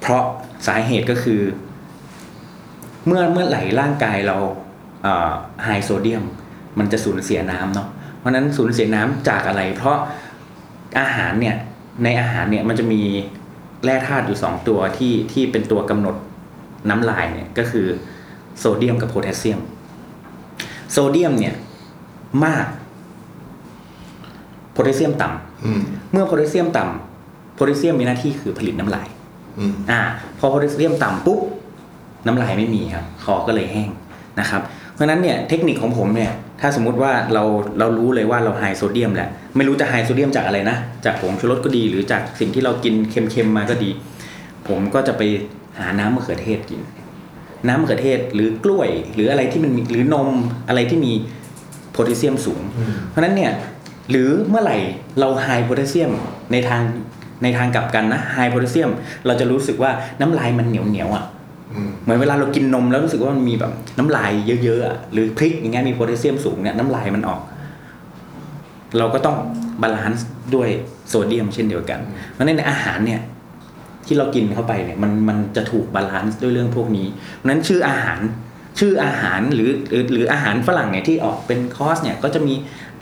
Speaker 4: เพราะสาเหตุก็คือ เมื่อเมื่อไหร่ร่างกายเราไฮโซเดียม มันจะสูญเสียน้ำเนาะเพราะฉะนั้นสูญเสียน้ำจากอะไร เพราะอาหารเนี่ยในอาหารเนี่ยมันจะมีแร่ธาตุอยู่สองตัวที่ที่เป็นตัวกำหนดน้ำลายเนี่ยก็คือโซเดียมกับโพแทสเซียม โซเดียมเนี่ยมากโพแทสเซียมต่ำ
Speaker 2: อืม
Speaker 4: เมื่อโพแทสเซียมต่ำโพแทสเซียมมีหน้าที่คือผลิตน้ำลาย
Speaker 2: อืม
Speaker 4: อ่าพอโพแทสเซียมต่ำปุ๊บน้ำลายไม่มีครับคอก็เลยแห้งนะครับ เพราะฉะนั้นเนี่ยเทคนิคของผมเนี่ยถ้าสมมติว่าเราเรารู้เลยว่าเราไฮโซเดียมแหละไม่รู้จะไฮโซเดียมจากอะไรนะจากผงชูรสก็ดี หรือจากสิ่งที่เรากินเค็มๆมาก็ดี ผมก็จะไปหาน้ำมะเขือเทศกิน น้ำมะเขือเทศหรือกล้วยหรืออะไรที่มันมีหรือนมอะไรที่มีโพแทสเซียมสูง เพราะฉะนั้นเนี่ยหรือเมื่อไหร่เราไฮโพแทสเซียมในทางในทางกลับกันนะไฮโพแทสเซียม เราจะรู้สึกว่าน้ำลายมันเหนียวเหนียวๆอ่ะ
Speaker 2: อืม
Speaker 4: เหมือนเวลาเรากินนมแล้วรู้สึกว่ามันมีแบบน้ำลายเยอะๆอ่ะหรือพริกอย่างเงี้ยมีโพแทสเซียมสูงเนี่ยน้ำลายมันออก เราก็ต้องบาลานซ์ด้วยโซเดียมเช่นเดียวกัน เพราะฉะนั้นในอาหารเนี่ย ที่เรากินเข้าไปเนี่ยมันมันจะถูกบาลานซ์ด้วยเรื่องพวกนี้เพราะฉะนั้นชื่ออาหารชื่ออาหารหรือหรือหรืออาหารฝรั่งเนี่ยที่ออกเป็นคอร์สเนี่ยก็จะมี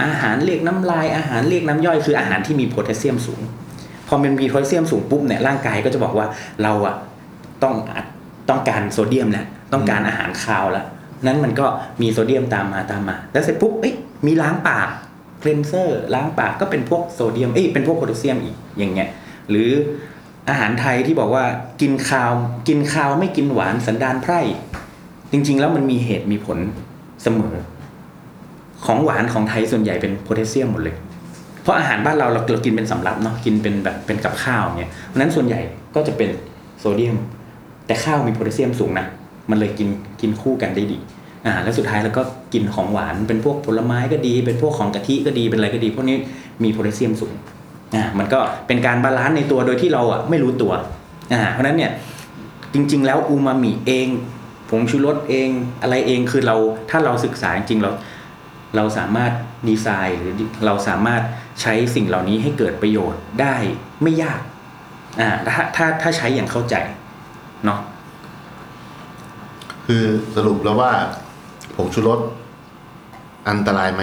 Speaker 4: อาหารเรียกน้ำลายอาหารเรียกน้ำย่อยคืออาหารที่มีโพแทสเซียมสูง พอมันมีโพแทสเซียมสูงปุ๊บเนี่ยร่างกายก็จะบอกว่าเราอะต้องอัดต้องการโซเดียมแหละต้องการอาหารคาวแล้วนั้นมันก็มีโซเดียมตามมาตามมา แล้วเสร็จปุ๊บเอ๊ะมีล้างปากเคลนเซอร์ล้างปากก็เป็นพวกโซเดียมเอ้ยเป็นพวกโพแทสเซียมอีกอย่างเงี้ยหรือ อาหารไทยที่บอกว่ากินข้าว กินข้าวไม่กินหวานสันดานไพร่ จริง ๆ แล้วมันมีเหตุมีผลเสมอ ของหวานของไทยส่วนใหญ่เป็นโพแทสเซียมหมดเลย เพราะอาหารบ้านเราเราเรากินเป็นสำรับเนาะกินเป็นแบบเป็นกับข้าวเนี่ยเพราะฉะนั้นส่วนใหญ่ก็จะเป็นโซเดียม แต่ข้าวมีโพแทสเซียมสูงนะมันเลยกินกินคู่กันได้ดีอ่าแล้วสุดท้ายเราก็กินของหวานเป็นพวกผลไม้ก็ดี เป็นพวกของกะทิก็ดีเป็นอะไรก็ดีพวกนี้มีโพแทสเซียมสูง อ่ะมันก็เป็นการบาลานซ์ในตัวโดยที่เราอ่ะไม่รู้ตัวอ่าเพราะฉะนั้นเนี่ยจริง ๆ แล้วอูมามิเองผงชูรสเองอะไรเองคือเราถ้าเราศึกษาจริงๆเราเราสามารถดีไซน์หรือเราสามารถใช้สิ่งเหล่านี้ให้เกิดประโยชน์ได้ไม่ยากอ่าถ้าถ้าถ้าใช้อย่างเข้าใจเนาะ
Speaker 2: คือสรุปแล้วว่าผงชูรสอันตรายไหม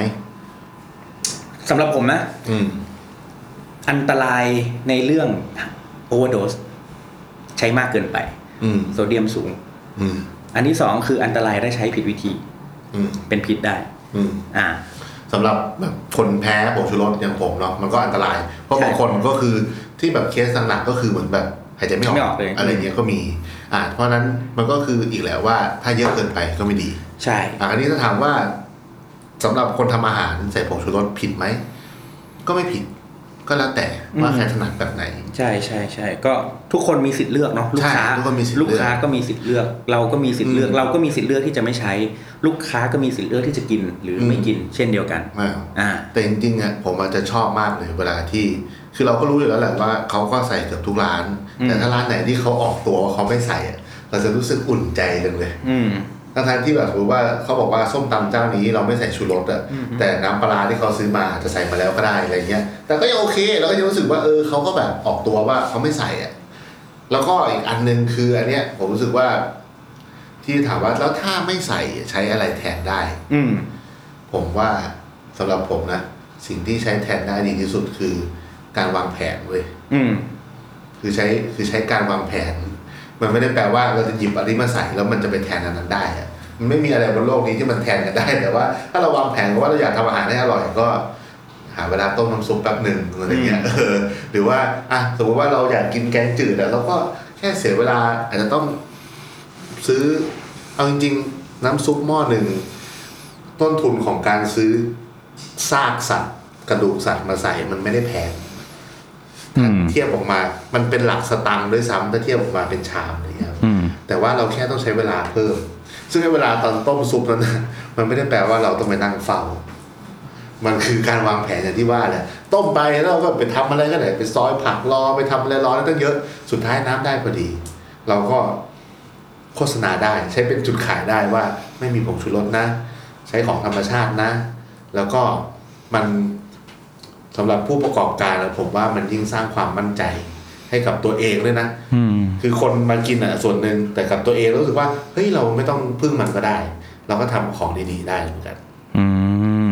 Speaker 4: สำหรับผมนะ
Speaker 2: อืม
Speaker 4: อันตรายในเรื่องโอเวอร์ e ใช้มากเกินไป
Speaker 2: อืม
Speaker 4: โซเดียมสูง
Speaker 2: อืม
Speaker 4: อันที่สองคืออันตรายได้ใช้ผิดวิธี
Speaker 2: อืม
Speaker 4: เป็นพิษได้
Speaker 2: อืม
Speaker 4: อ่า
Speaker 2: สำหรับแบบคนแพ้ผงชูรสอย่างผมเนาะมันก็อันตราย เพราะ
Speaker 4: ใช่
Speaker 2: บางคนก็คือที่แบบเคสหนักๆก็คือเหมือนแบบหายใจไม่อ
Speaker 4: ไม่อ
Speaker 2: อ
Speaker 4: อก กเลย
Speaker 2: อะไรเงี้ยก็มี อ่า เพราะฉะนั้นมันก็คืออีกแหละว่าถ้าเยอะเกินไปก็ไม่ดี
Speaker 4: ใช่
Speaker 2: อ่ะอันนี้ถ้าถามว่าสำหรับคนทำอาหารใส่ผงชูรสผิดไหมก็ไม่ผิด ก็แล้วแต่ว่าใครถนัดแบบไหน
Speaker 4: ใช่ใช่ใช่ก็ทุกคนมีสิทธิ์เลือกเนาะลูกค้า
Speaker 2: ใช่ทุกคนมีสิทธิ์เลือก
Speaker 4: ลูกค้าก็มีสิทธิ์เลือก เราก็มีสิทธิ์เลือก
Speaker 2: อืม
Speaker 4: เราก็มีสิทธิ์เลือกที่จะไม่ใช้ ลูกค้าก็มีสิทธิ์เลือกที่จะกินหรืออ
Speaker 2: ม
Speaker 4: ไม่กิน เช่นเดียวกัน
Speaker 2: อ่า
Speaker 4: อ่า
Speaker 2: แต่จริงๆอ่ะผมอาจจะชอบมากเลยเวลาที่ คือเราก็รู้อยู่แล้วแหละว่าเขาก็ใส่เกือบทุกร้าน
Speaker 4: อืม
Speaker 2: แต่ถ้าร้านไหนที่เขาออกตัวว่าเขาไม่ใส่อ่ะเราจะรู้สึกอุ่นใจจังเลย
Speaker 4: อืม
Speaker 2: ทั้งทที่แบบสมมติว่าเขาบอกว่าส้มตำเจ้านี้เราไม่ใส่ชูรสอะ
Speaker 4: อืม
Speaker 2: แต่น้ำปลาร้าที่เขาซื้อมาจะใส่มาแล้วก็ได้อะไรเงี้ย แต่ก็ยังโอเคเราก็ยังรู้สึกว่าเออเขาก็แบบออกตัวว่าเขาไม่ใส่อะแล้วก็อีกอันหนึ่งคืออันเนี้ยผมรู้สึกว่า ที่ถามว่าแล้วถ้าไม่ใส่ใช้อะไรแทนได้
Speaker 4: อืม
Speaker 2: ผมว่าสำหรับผมนะสิ่งที่ใช้แทนได้ดีที่สุดคือการวางแผนเว้ย
Speaker 4: อืม
Speaker 2: คือใช้คือใช้การวางแผน มันไม่ได้แปลว่าเราจะหยิบอะไรมาใส่แล้วมันจะไปแทนอันนั้นได้อะมันไม่มีอะไรบนโลกนี้ที่มันแทนกันได้ แต่ว่าถ้าเราวางแผนว่าเราอยากทำอาหารให้อร่อยก็ หาเวลาต้มน้ำซุปแป๊บหนึ่งอะไรเงี้ยเออหรือว่าอ่ะสมมติว่าเราอยากกินแกงจืดอะเราก็แค่เสียเวลาอาจจะต้องซื้อเอาจริงๆน้ำซุปหม้อหนึ่งต้นทุนของการซื้อซากสัตว์กระดูกสัตว์มาใส่มันไม่ได้แพง
Speaker 4: อืม
Speaker 2: เทียบออกมา มันเป็นหลักสตังค์ด้วยซ้ำถ้าเทียบออกมาเป็นชามอะไรเงี้ยครับ
Speaker 4: อืม
Speaker 2: แต่ว่าเราแค่ต้องใช้เวลาเพิ่ม ซึ่งในเวลาตอนต้มซุปนั้นน่ ะมันไม่ได้แปลว่าเราต้องไปนั่งเฝ้า มันคือการวางแผนอย่างที่ว่าแหละ ต้มไปแล้วเราก็ไปทำอะไรก็ได้ไปซอยผักรอไปทำอะไรรอแล้วตั้งเยอะ สุดท้ายน้ำได้พอดี เราก็โฆษณาได้ใช้เป็นจุดขายได้ว่าไม่มีผงชูรสนะ ใช้ของธรรมชาตินะ แล้วก็มันสำหรับผู้ประกอบการอะผมว่ามันยิ่งสร้างความมั่นใจให้กับตัวเองด้วยนะ
Speaker 4: อืม
Speaker 2: คือคนมากินอ่ะส่วนหนึ่งแต่กับตัวเองรู้สึกว่าเฮ้ยเราไม่ต้องพึ่งมันก็ได้ เราก็ทำของดีๆได้เหมือนกัน
Speaker 4: อืม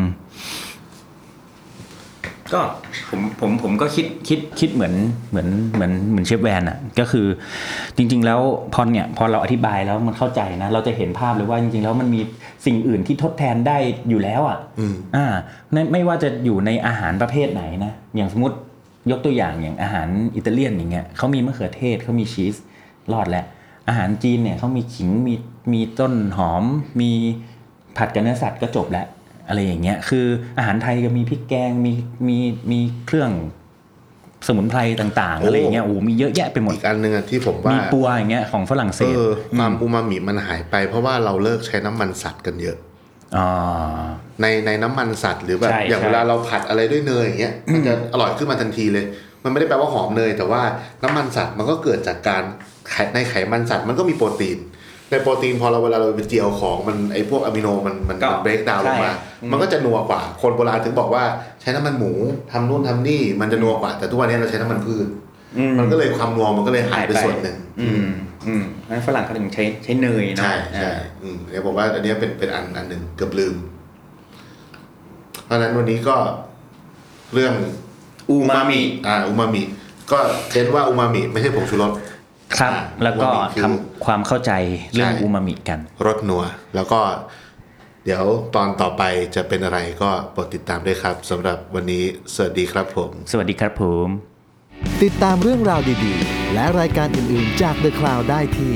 Speaker 4: ก็ผมผมผมก็คิดคิดคิดเหมือนเหมือนเหมือนเหมือนเชฟแวนอะก็คือจริง ๆ แล้วพอเนี่ย พอเราอธิบายแล้วมันเข้าใจนะ เราจะเห็นภาพเลยว่าจริง ๆ แล้วมันมีสิ่งอื่นที่ทดแทนได้อยู่แล้วอะ
Speaker 2: อืม
Speaker 4: อ่าไม่ไม่ว่าจะอยู่ในอาหารประเภทไหนนะ อย่างสมมติยกตัวอย่างอย่างอาหารอิตาเลียนอย่างเงี้ยเขามีมะเขือเทศเขามีชีสรอดแล้ว อาหารจีนเนี่ยเขามีขิงมีมีต้นหอม มีผัดกับเนื้อสัตว์ก็จบแล้วอะไรอย่างเงี้ยคืออาหารไทยก็มีพริกแกงมีมีมีเครื่องสมุนไพรต่างๆ
Speaker 2: โอ้
Speaker 4: อะไรอย่างเงี้ยโอ้โหมีเยอะแยะไปหมด
Speaker 2: อีกอันหนึ่งอะที่ผมว่า
Speaker 4: มีปัวอย่างเงี้ยของฝรั่งเศ
Speaker 2: เอ
Speaker 4: ส
Speaker 2: อความอูมามิมันหายไป เพราะว่าเราเลิกใช้น้ำมันสัตว์กันเยอะ
Speaker 4: อ๋อ
Speaker 2: ในในน้ำมันสัตว์หรือแบบ
Speaker 4: ใช่
Speaker 2: อย่าง
Speaker 4: ใช่
Speaker 2: เวลาเราผัดอะไรด้วยเนยอย่างเงี้ยมันจะอร่อยขึ้นมาทันทีเลย มันไม่ได้แปลว่าหอมเนย แต่ว่าน้ำมันสัตว์มันก็เกิดจากการไขในไขมันสัตว์มันก็มีโปรตีน ในโปรตีนพอเราเวลาเราไปเจียวของมันไอพวกอะมิโนมันมัน
Speaker 4: ก็
Speaker 2: เบรกดาวลงมา
Speaker 4: ใช่
Speaker 2: มันก็จะนัวกว่า คนโบราณถึงบอกว่าใช้น้ำมันหมูทำนู่นทำนี่มันจะนัวกว่า แต่ทุกวันนี้เราใช้น้ำมันพืช
Speaker 4: อืม
Speaker 2: มันก็เลยความนัวมันก็เลยหายไปส่วนหนึ่ง
Speaker 4: อืมอืมงั้นฝรั่งเขาถึงใช้ใช้เนยเนาะ
Speaker 2: ใช่ใช่
Speaker 4: อ่า
Speaker 2: อืมเดี๋ยวบอกว่าอันเนี้ยเป็นเป็นอันอันหนึ่งเกือบลืม เพราะฉะนั้นวันนี้ก็เรื่อง
Speaker 4: อูมามิ
Speaker 2: อ่าอูมามิก็เช่นว่าอูมามิไม่ใช่ผงชูรส
Speaker 4: ครับ
Speaker 2: อ่า
Speaker 4: แล้วก็
Speaker 2: อูมามิคือ
Speaker 4: ทำความเข้าใจเรื่อง
Speaker 2: ใช่
Speaker 4: อูมามิกัน
Speaker 2: รสนัว แล้วก็ เดี๋ยวตอนต่อไปจะเป็นอะไรก็โปรดติดตามด้วยครับสำหรับวันนี้สวัสดีครับผม
Speaker 4: สวัสดีครับผม
Speaker 1: ติดตามเรื่องราวดีๆ และรายการอื่นๆจาก The Cloud ได้ที่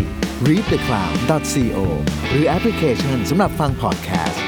Speaker 1: readthecloud.co หรือแอปพลิเคชันสำหรับฟัง podcast